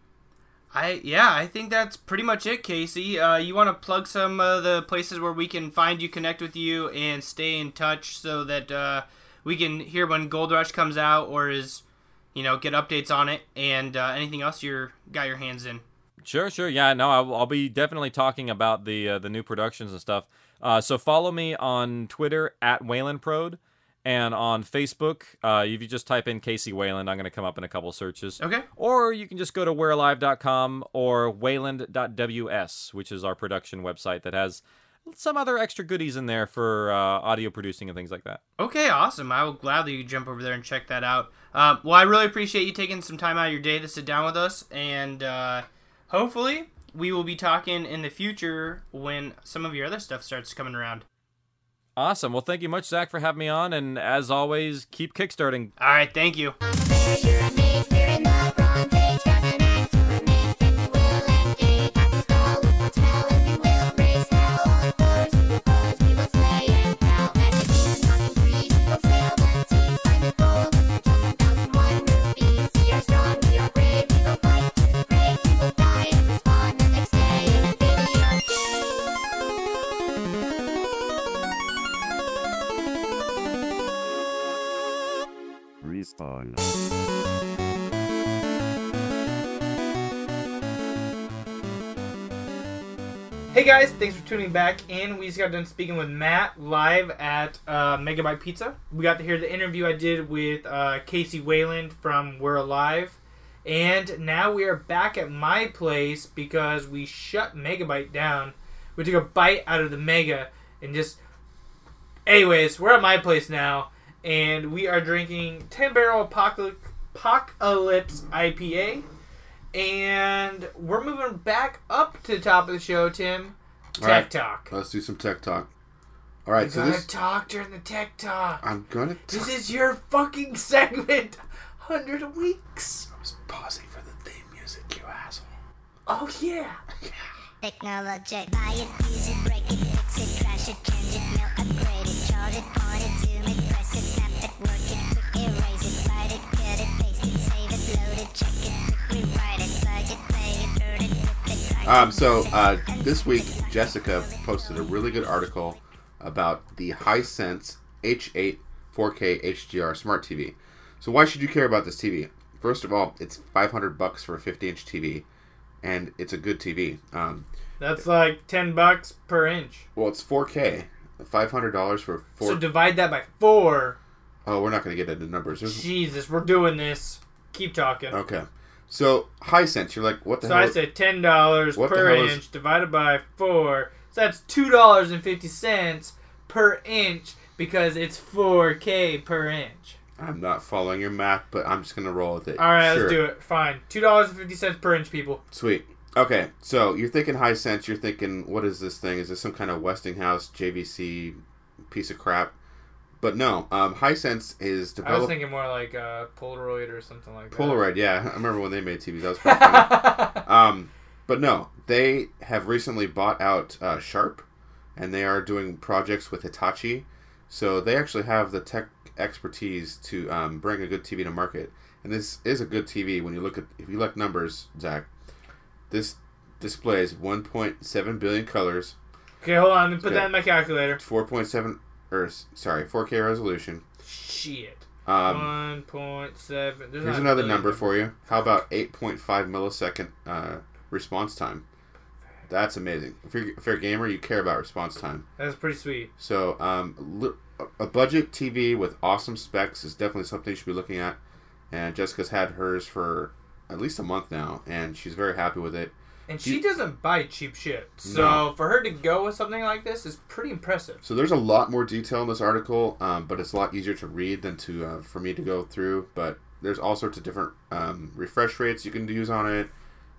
I yeah, I think that's pretty much it, Casey. Uh, you want to plug some of the places where we can find you, connect with you, and stay in touch so that uh, we can hear when Gold Rush comes out or is, you know, get updates on it and uh, anything else you're got your hands in.
Sure, sure. Yeah, no, I'll, I'll be definitely talking about the uh, the new productions and stuff. Uh, so follow me on Twitter at Wayland Prode and on Facebook. Uh, if you just type in Casey Wayland, I'm going to come up in a couple searches.
Okay.
Or you can just go to wherealive.com or wayland.ws, which is our production website that has some other extra goodies in there for uh, audio producing and things like that.
Okay, awesome. I will gladly jump over there and check that out. Um, well, I really appreciate you taking some time out of your day to sit down with us, and uh, hopefully we will be talking in the future when some of your other stuff starts coming around.
Awesome. Well, thank you much, Zach, for having me on. And as always, keep kickstarting.
All right, thank you.
Respawn.
Hey guys, thanks for tuning back in. We just got done speaking with Matt live at uh, Megabyte Pizza. We got to hear the interview I did with uh, Casey Wayland from We're Alive. And now we are back at my place because we shut Megabyte down. We took a bite out of the Mega and just. Anyways, we're at my place now and we are drinking 10 Barrel Apocalypse IPA. And we're moving back up to the top of the show, Tim. Tech
All right.
Talk.
Let's do some tech talk. All right,
You
so
gotta
this
talk during the tech talk.
I'm gonna. T-
This is your fucking segment. Hundred weeks.
I was pausing for the theme music, you asshole.
Oh yeah.
Technology, buy it, use it, break it, fix it, crash it, change it, mail, upgrade it, chart it, on it, zoom it, press it, snap it, work it, quick erase it, write it, cut it, paste it, save it, load it, check it, quick rewrite it, plug it, play it, burn it, rip it, write it.
Um, so uh, this week, Jessica posted a really good article about the Hisense H8 4K HDR smart TV. So why should you care about this TV? First of all, it's 500 bucks for a 50-inch TV, and it's a good TV. Um,
That's like ten bucks per inch.
well, it's 4K, 500 dollars for four.
So divide that by four.
oh, we're not gonna get into numbers. There's-
Jesus, we're doing this. Keep talking.
okay, so Hisense, you're like, what the
So
hell?
I said ten dollars
What the
per
hell is-
inch divided by four. So that's two dollars and fifty cents per inch because it's four K per inch.
I'm not following your math, but I'm just gonna roll with it.
All right,
Sure.
let's do it. Fine, two dollars and fifty cents per inch, people.
Sweet. Okay, so you're thinking high sense. You're thinking, what is this thing? Is this some kind of Westinghouse JVC piece of crap? But no, um, high sense is
I was
developed
thinking more like uh, Polaroid or something like that.
Polaroid. Yeah, I remember when they made TVs. That was pretty funny. um, but no, they have recently bought out uh, Sharp, and they are doing projects with Hitachi. So they actually have the tech expertise to um, bring a good TV to market. And this is a good TV when you look at if you look numbers, Zach. This displays 1.7 billion colors,
Okay, hold on. Let me put
Okay.
that in my calculator.
4.7 or s- sorry, 4K resolution.
Shit.
Um,
One point seven. There's
here's
not a
another
billion.
number for you. How about 8.5 millisecond uh, response time? That's amazing. If you're, if you're a gamer, you care about response time.
That's pretty sweet.
So, um, li- a budget TV with awesome specs is definitely something you should be looking at. And Jessica's had hers for at least a month now, and she's very happy with it.
And she
You-
doesn't buy cheap shit, so for her to go with something like this is pretty impressive.
So there's a lot more detail in this article, um, but it's a lot easier to read than to uh, for me to go through. But there's all sorts of different um, refresh rates you can use on it.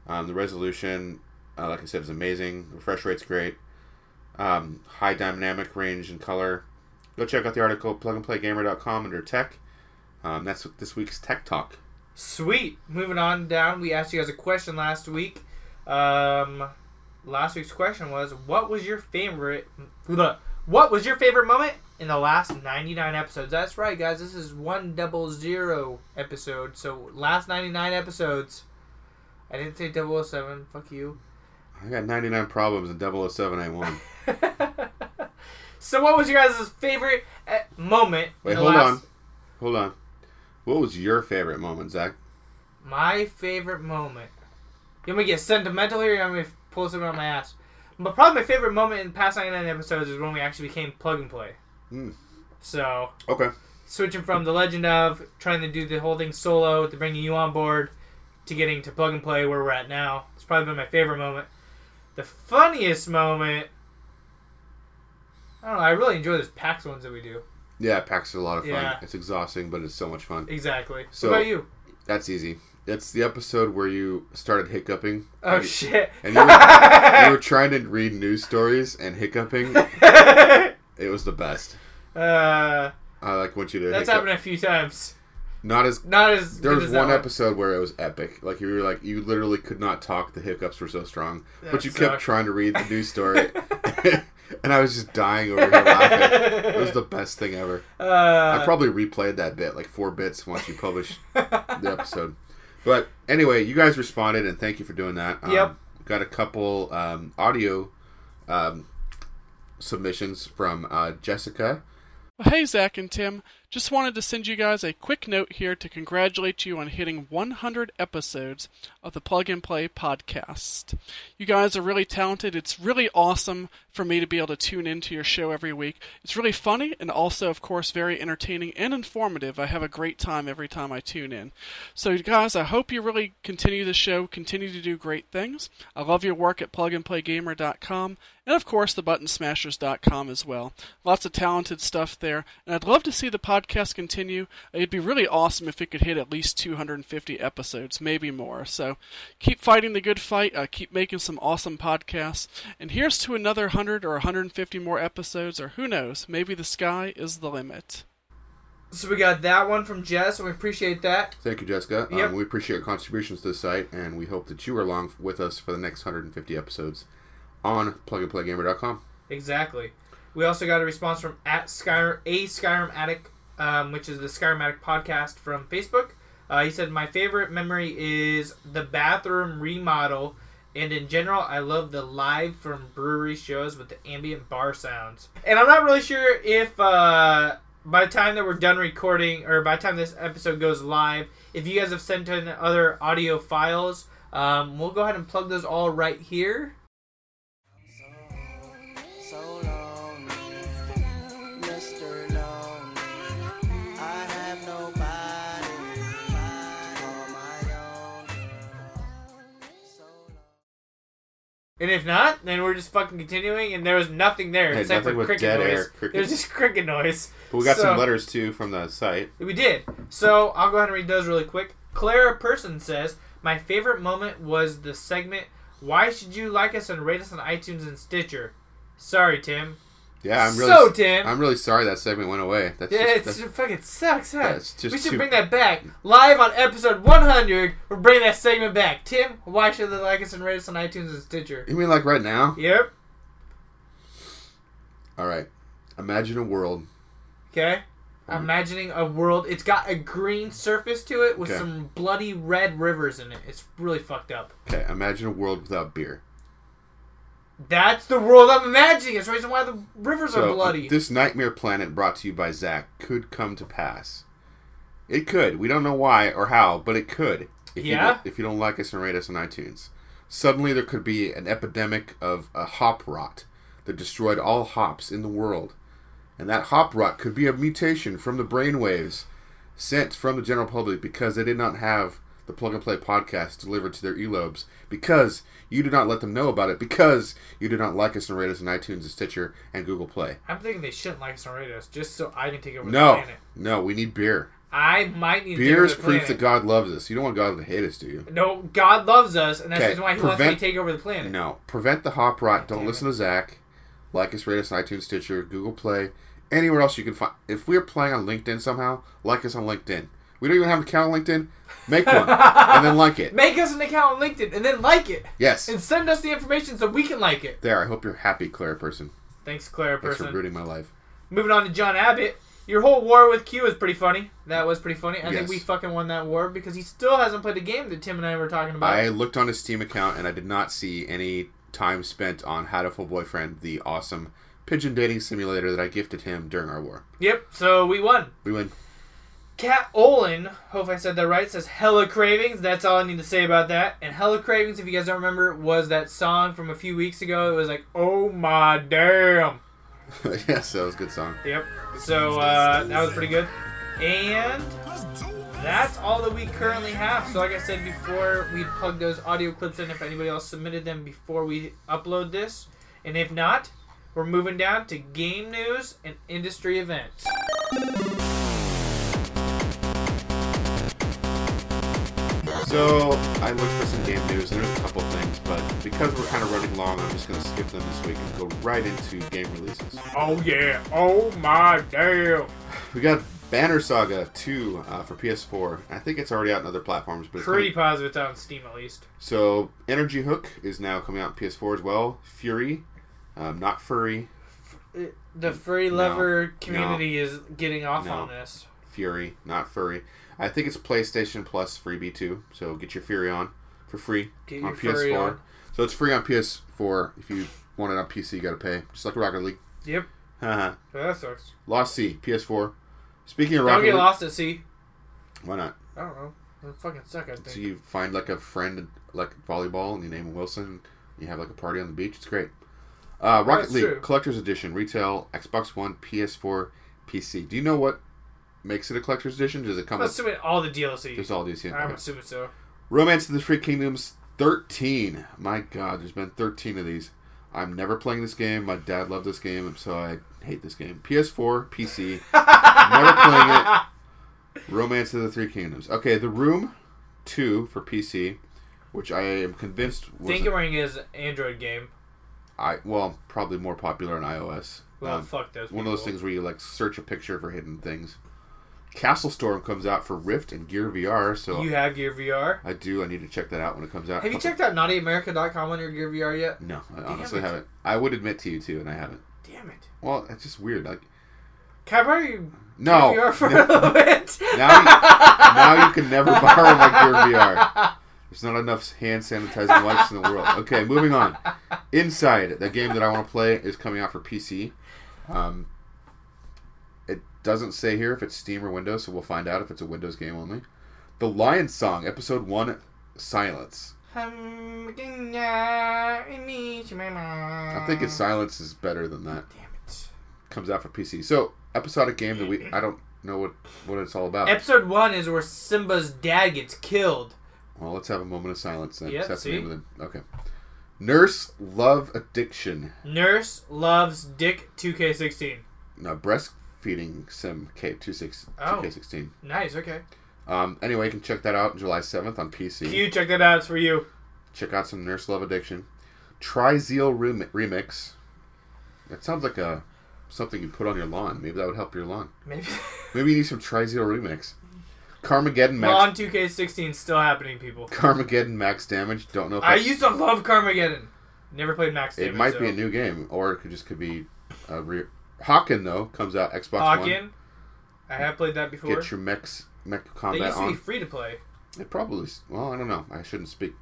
Um, the resolution, uh, like I said, is amazing. Refresh rate's great. Um, high dynamic range and color. Go check out the article plugandplaygamer.com under tech. Um, that's this week's tech talk.
Sweet. Moving on down, we asked you guys a question last week. Um, last week's question was, "What was your favorite? Look, what was your favorite moment in the last 99 episodes?" That's right, guys. This is one double zero episode. So last 99 episodes. I didn't say 007. Fuck you.
I got 99 problems and 007 I won.
So what was your guys' favorite eh, moment? in
Wait,
the
hold
last-
on. Hold on. What was your favorite moment, Zach?
My favorite moment. You want me to get sentimental here? Or you want me to pull something out of my ass? But probably my favorite moment in the past 99 episodes is when we actually became plug and play.
Hmm.
So,
Okay.
switching from the legend of trying to do the whole thing solo to bringing you on board to getting to plug and play where we're at now. It's probably been my favorite moment. The funniest moment. I don't know. I really enjoy those PAX ones that we do.
Yeah, packs are a lot of fun.
Yeah.
It's exhausting, but it's so much fun.
Exactly.
So-
what about you?
That's easy. That's the episode where you started hiccuping.
Oh,
and,
shit.
And you were, you were trying to read news stories and hiccuping. it was the best.
Uh,
I like want you to.
that's
hiccup.
happened a few times.
Not as.
Not as
There
good
was
as
one,
that
episode where it was epic. Like you were like you literally could not talk. The hiccups were so strong, but
That
you
sucked.
kept trying to read the news story, and I was just dying over here laughing. It was the best thing ever.
Uh,
I probably replayed that bit like four bits once you publish the episode. But anyway, you guys responded and thank you for doing that. Um,
Yep.
Got a couple um, audio um, submissions from uh, Jessica
Well, hey, Zach and Tim. Just wanted to send you guys a quick note here to congratulate you on hitting 100 episodes of the Plug and Play podcast. You guys are really talented. It's really awesome for me to be able to tune into your show every week. It's really funny and also, of course, very entertaining and informative. I have a great time every time I tune in. So, you guys, I hope you really continue the show, continue to do great things. I love your work at plugandplaygamer.com and, of course, thebuttonsmashers.com as well. Lots of talented stuff there, and I'd love to see the podcast continue. It'd be really awesome if it could hit at least 250 episodes, maybe more. So keep fighting the good fight, uh, keep making some awesome podcasts, and here's to another 100 or 150 more episodes, or who knows, maybe the sky is the limit.
So we got that one from Jess, and we appreciate that.
Thank you, Jessica.
Yep.
Um, we appreciate your contributions to the site, and we hope that you are along with us for the next 150 episodes on plugandplaygamer.com.
Exactly. We also got a response from at Skyrim a Skyrim Attic, um, which is the Skyrim Attic podcast from Facebook. Uh, he said, "My favorite memory is the bathroom remodel, and in general, I love the live from brewery shows with the ambient bar sounds." And I'm not really sure if uh, by the time that we're done recording, or by the time this episode goes live, if you guys have sent in other audio files, um, we'll go ahead and plug those all right here.
So lonely, Mr. Lonely. I have nobody to call my own.
And if not, then we're just fucking continuing, and there was nothing there
Hey,
except
nothing
for
but
cricket
dead
noise.
air, cricket.
There's just cricket noise.
But we got some
So-
letters too from the site.
We did. So I'll go ahead and read those really quick. Clara Person says, My favorite moment was the segment, Why Should You Like Us and Rate Us on iTunes and Stitcher? Sorry, Tim.
Yeah, I'm really
So, Tim.
I'm really sorry that segment went away. That's
yeah,
just,
it's,
that's-
it fucking sucks, huh?
that's just
we should
too-
bring that back. Live on episode 100, we're bringing that segment back. Tim, why should they like us and rate us on iTunes and Stitcher?
You mean like right now?
Yep.
All right. Imagine a world.
Okay. I'm
Mm-hmm.
imagining a world. It's got a green surface to it with
Okay.
some bloody red rivers in it. It's really fucked up.
Okay, imagine a world without beer.
That's the world I'm imagining. It's the reason why the rivers
So,
are bloody.
This nightmare planet brought to you by Zach could come to pass. It could. We don't know why or how, but it could. If You
Yeah?
don't, if you don't like us and rate us on iTunes, suddenly there could be an epidemic of a hop rot that destroyed all hops in the world, and that hop rot could be a mutation from the brainwaves sent from the general public because they did not have the plug and play podcast delivered to their earlobes because you did not let them know about it because you did not like us and rate us on iTunes and Stitcher and Google Play.
I'm thinking they shouldn't like us on radios just so I can take over the
No,
planet.
no, we need beer.
I might need
Beer
to
is
take over the
proof that
planet.
God loves us. You don't want God to hate us, do you?
No, God loves us, and that's the
Okay,
reason why He
prevent-
wants me to take over the planet.
No, prevent the hop rot. Don't listen to Zach. Like us, rate us on iTunes, Stitcher, Google Play, anywhere else you can find. If we're playing on LinkedIn somehow, like us on LinkedIn. We don't even have an account on LinkedIn. Make one and then like it.
Make us an account on LinkedIn and then like it.
Yes.
And send us the information so we can like it.
There. I hope you're happy, Claire person.
Thanks, Clara
Thanks for
person.
ruining my life.
Moving on to John Abbott. Your whole war with Q is pretty funny. That was pretty funny. I
Yes.
think we fucking won that war because he still hasn't played the game that Tim and I were talking about.
I looked on his Steam account and I did not see any time spent on How to Full Boyfriend, the awesome pigeon dating simulator that I gifted him during our war.
Yep. So we won.
We win.
Kat Olin, hope I said that right, says Hella Cravings. That's all I need to say about that. And Hella Cravings, if you guys don't remember, was that song from a few weeks ago. It was like, oh my damn.
yes, that was a good song.
Yep. So uh, that was pretty good. And that's all that we currently have. So, like I said before, we plug those audio clips in if anybody else submitted them before we upload this. And if not, we're moving down to game news and industry events.
So I looked for some game news. and There's a couple things, but because we're kind of running long, I'm just going to skip them this week and go right into game releases.
Oh, yeah. Oh, my damn.
We got Banner Saga 2 uh, for PS4. I think it's already out on other platforms, but it's
Pretty
coming-
positive it's on Steam at least.
So Energy Hook is now coming out on PS4 as well. Fury, um, not furry,
Uh, The furry
No.
lover
No.
community is getting off
No.
on this.
Fury, not furry. I think it's PlayStation Plus freebie too. So get your Fury on for free
Get
on
your Fury
PS4.
on.
So it's free on PS4. If you want it on PC, you got to pay, just like Rocket League.
Yep.
Haha.
Yeah, that sucks.
Lost Sea, PS4. Speaking of
Don't
Rocket
get
League,
lost at sea.
why not?
I don't know. They fucking suck. I
So
think.
you find like a friend like volleyball and you name him Wilson. You have like a party on the beach. It's great. Uh, Rocket
That's
League
true.
Collector's Edition, retail, Xbox One, PS4, PC. Do you know what makes it a collector's edition? Does it come
I'm
with
assuming all the DLC.
just all these? yeah,
I'm
okay.
assuming so.
Romance of the Three Kingdoms 13. My God, there's been 13 of these. I'm never playing this game. My dad loved this game, so I hate this game. PS4, PC, never playing it. Romance of the Three Kingdoms. Okay, The Room 2 for PC, which I am convinced was
Think of Ring is an Android game.
I well probably more popular on iOS.
Well, fuck those
Um, One of those
people.
things where you like search a picture for hidden things. Castle Storm comes out for Rift and Gear VR, so
You have Gear VR.
I do. I need to check that out when it comes out.
Have you checked out NaughtyAmerica.com on your Gear VR yet?
No, I
Damn
honestly
it.
haven't. I would admit to you too, and I haven't.
Damn it!
Well, it's just weird. Like
Can I borrow you?
no,
Gear VR for
no.
a little bit.
now, you, now you can never borrow my Gear VR. There's not enough hand sanitizing wipes in the world. Okay, moving on. Inside, the game that I want to play is coming out for PC. Um, it doesn't say here if it's Steam or Windows, so we'll find out if it's a Windows game only. The Lion Song, Episode 1, Silence. I
I
think it's Silence is better than that. Damn it. Comes out for PC. So, episodic game that we. I don't know what, what it's all about.
Episode one is where Simba's dad gets killed.
Well, let's have a moment of silence then. 'cause
Yeah,
that's
see?
the name of the okay. Nurse Love Addiction,
Nurse loves Dick 2K16.
no, breastfeeding sim K two six
Oh.
K sixteen.
Nice. Okay.
Um, anyway, you can check that out July seventh on PC.
You check that out. It's for you.
Check out some Nurse Love Addiction, Trizeal Rem- Remix. That sounds like a something you put on your lawn. Maybe that would help your lawn.
Maybe.
Maybe you need some Trizeal Remix. Carmageddon Max.
Lawn 2K16 's still happening, people.
Carmageddon Max Damage. Don't know. if
I
that's-
used to love Carmageddon. Never played Max
It
Damage,
might be a
so-
new game, or it could just could be a re- Hawken though comes out Xbox
Hawken. I have played that
One.
before.
Get your mechs mech
they
combat
used to be
on.
free to play.
It probably s- well, I don't know. I shouldn't speak.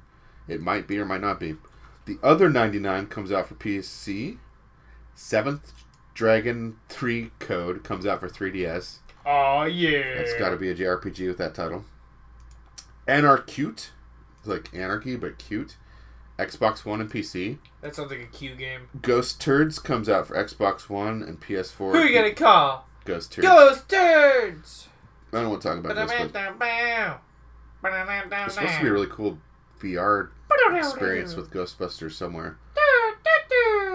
It might be or might not be. The other ninety nine comes out for PC. Seventh Dragon Three Code comes out for 3DS.
Oh yeah.
It's got to be a JRPG with that title. Anarchute, like anarchy but cute. Xbox One and PC.
That sounds like a Q game.
Ghost Turds comes out for Xbox One and PS4.
Who are you gonna call?
Ghost Turds.
Ghost turds.
I don't want to talk about this, but it's supposed to be a really cool VR experience with Ghostbusters somewhere.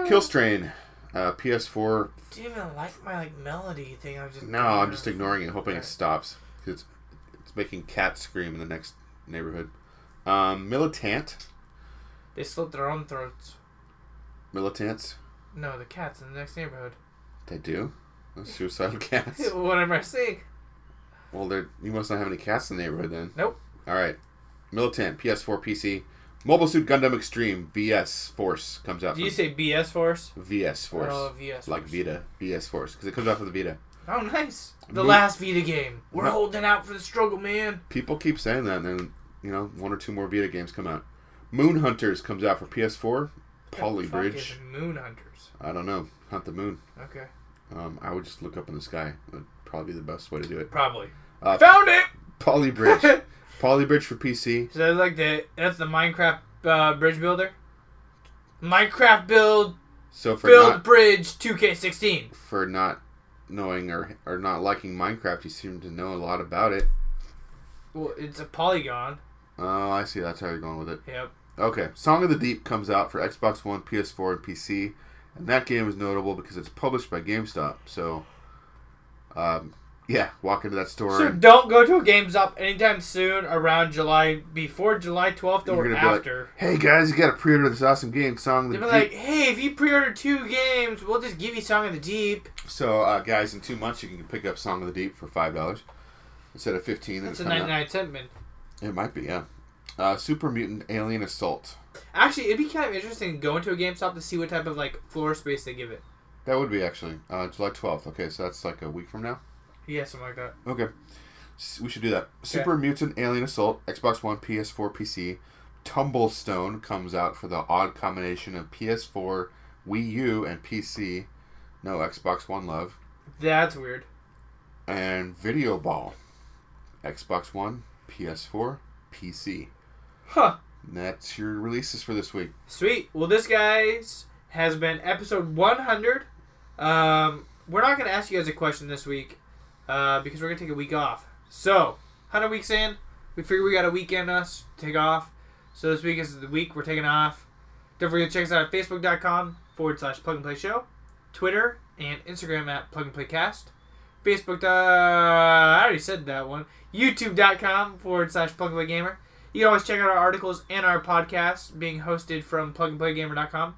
Killstrain, uh, PS4.
Do you even like my like melody thing? I'm just
No, I'm just ignoring it, hoping it stops. 'Cause It's, it's making cats scream in the next neighborhood. Um, Militant.
They slit their own throats.
Militants.
No, the cats in the next neighborhood.
They do. Those suicidal cats.
what am I saying?
Well, they're, you must not have any cats in the neighborhood then.
Nope.
All right. Militant, PS4, PC. Mobile Suit Gundam Extreme, VS Force comes out.
Did you
for-
say BS Force?
VS Force.
Oh, VS
Like Vita. VS Force. Because it comes out for the Vita.
Oh, nice. The
Me-
last Vita game. We're
No.
holding out for the struggle, man.
People keep saying that, and then, you know, one or two more Vita games come out. Moon Hunters comes out for PS4. Poly
Fuck is
Bridge.
Moon Hunters.
I don't know. Hunt the moon.
Okay.
Um, I would just look up in the sky. That'd probably be the best way to do it.
Probably.
Uh,
Found it!
Poly Bridge. Poly Bridge for PC.
So that's like the that's the Minecraft uh, bridge builder. Minecraft build
So for
build
not
bridge 2K16.
for not knowing or or not liking Minecraft, you seem to know a lot about it.
Well, it's a polygon.
Oh, I see. That's how you're going with it.
Yep.
Okay, Song of the Deep comes out for Xbox One, PS4, and PC, and that game is notable because it's published by GameStop. So, um, yeah, walk into that store.
So
and
don't go to a GameStop anytime soon around July before July 12th
you're
or
gonna be like,
after.
hey guys, you got to pre-order this awesome game, Song of the
They'll be
Deep.
like, hey, if you pre-order two games, we'll just give you Song of the Deep.
so, uh, guys, in two months you can pick up Song of the Deep for five dollars instead of fifteen.
That's
That's
a
it's coming out.
99 cent min.
It might be, yeah. Uh, Super Mutant Alien Assault.
Actually, it'd be kind of interesting to go into a GameStop to see what type of like floor space they give it.
That would be actually uh, July twelfth. Okay, so that's like a week from now.
Yeah, something like that.
Okay. S- We should do that. Super Mutant Alien Assault, Xbox One, PS4, PC. Tumblestone comes out for the odd combination of PS4, Wii U, and PC. No, Xbox One Love.
That's weird.
And Video Ball. Xbox One, PS4, PC.
Huh.
And that's your releases for this week.
Sweet. Well, this guys has been episode 100. Um, we're not going to ask you guys a question this week uh, because we're going to take a week off. So, 100 weeks in, we figure we got a weekend us to take off. So this week is the week we're taking off. Don't forget to check us out at facebook.com forward slash plug and play show, Twitter and Instagram at plug and play cast. Facebook. uh, I already said that one. YouTube.com forward slash plug and play gamer. You can always check out our articles and our podcast being hosted from plugandplaygamer.com.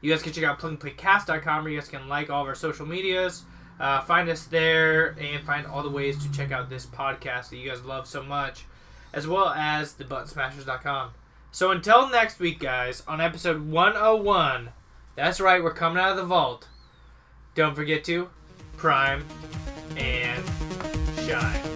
You guys can check out plugandplaycast.com where you guys can like all of our social medias. Uh, find us there and find all the ways to check out this podcast that you guys love so much, as well as thebuttonsmashers.com. So until next week, guys, on episode 101, that's right, we're coming out of the vault. Don't forget to prime and shine.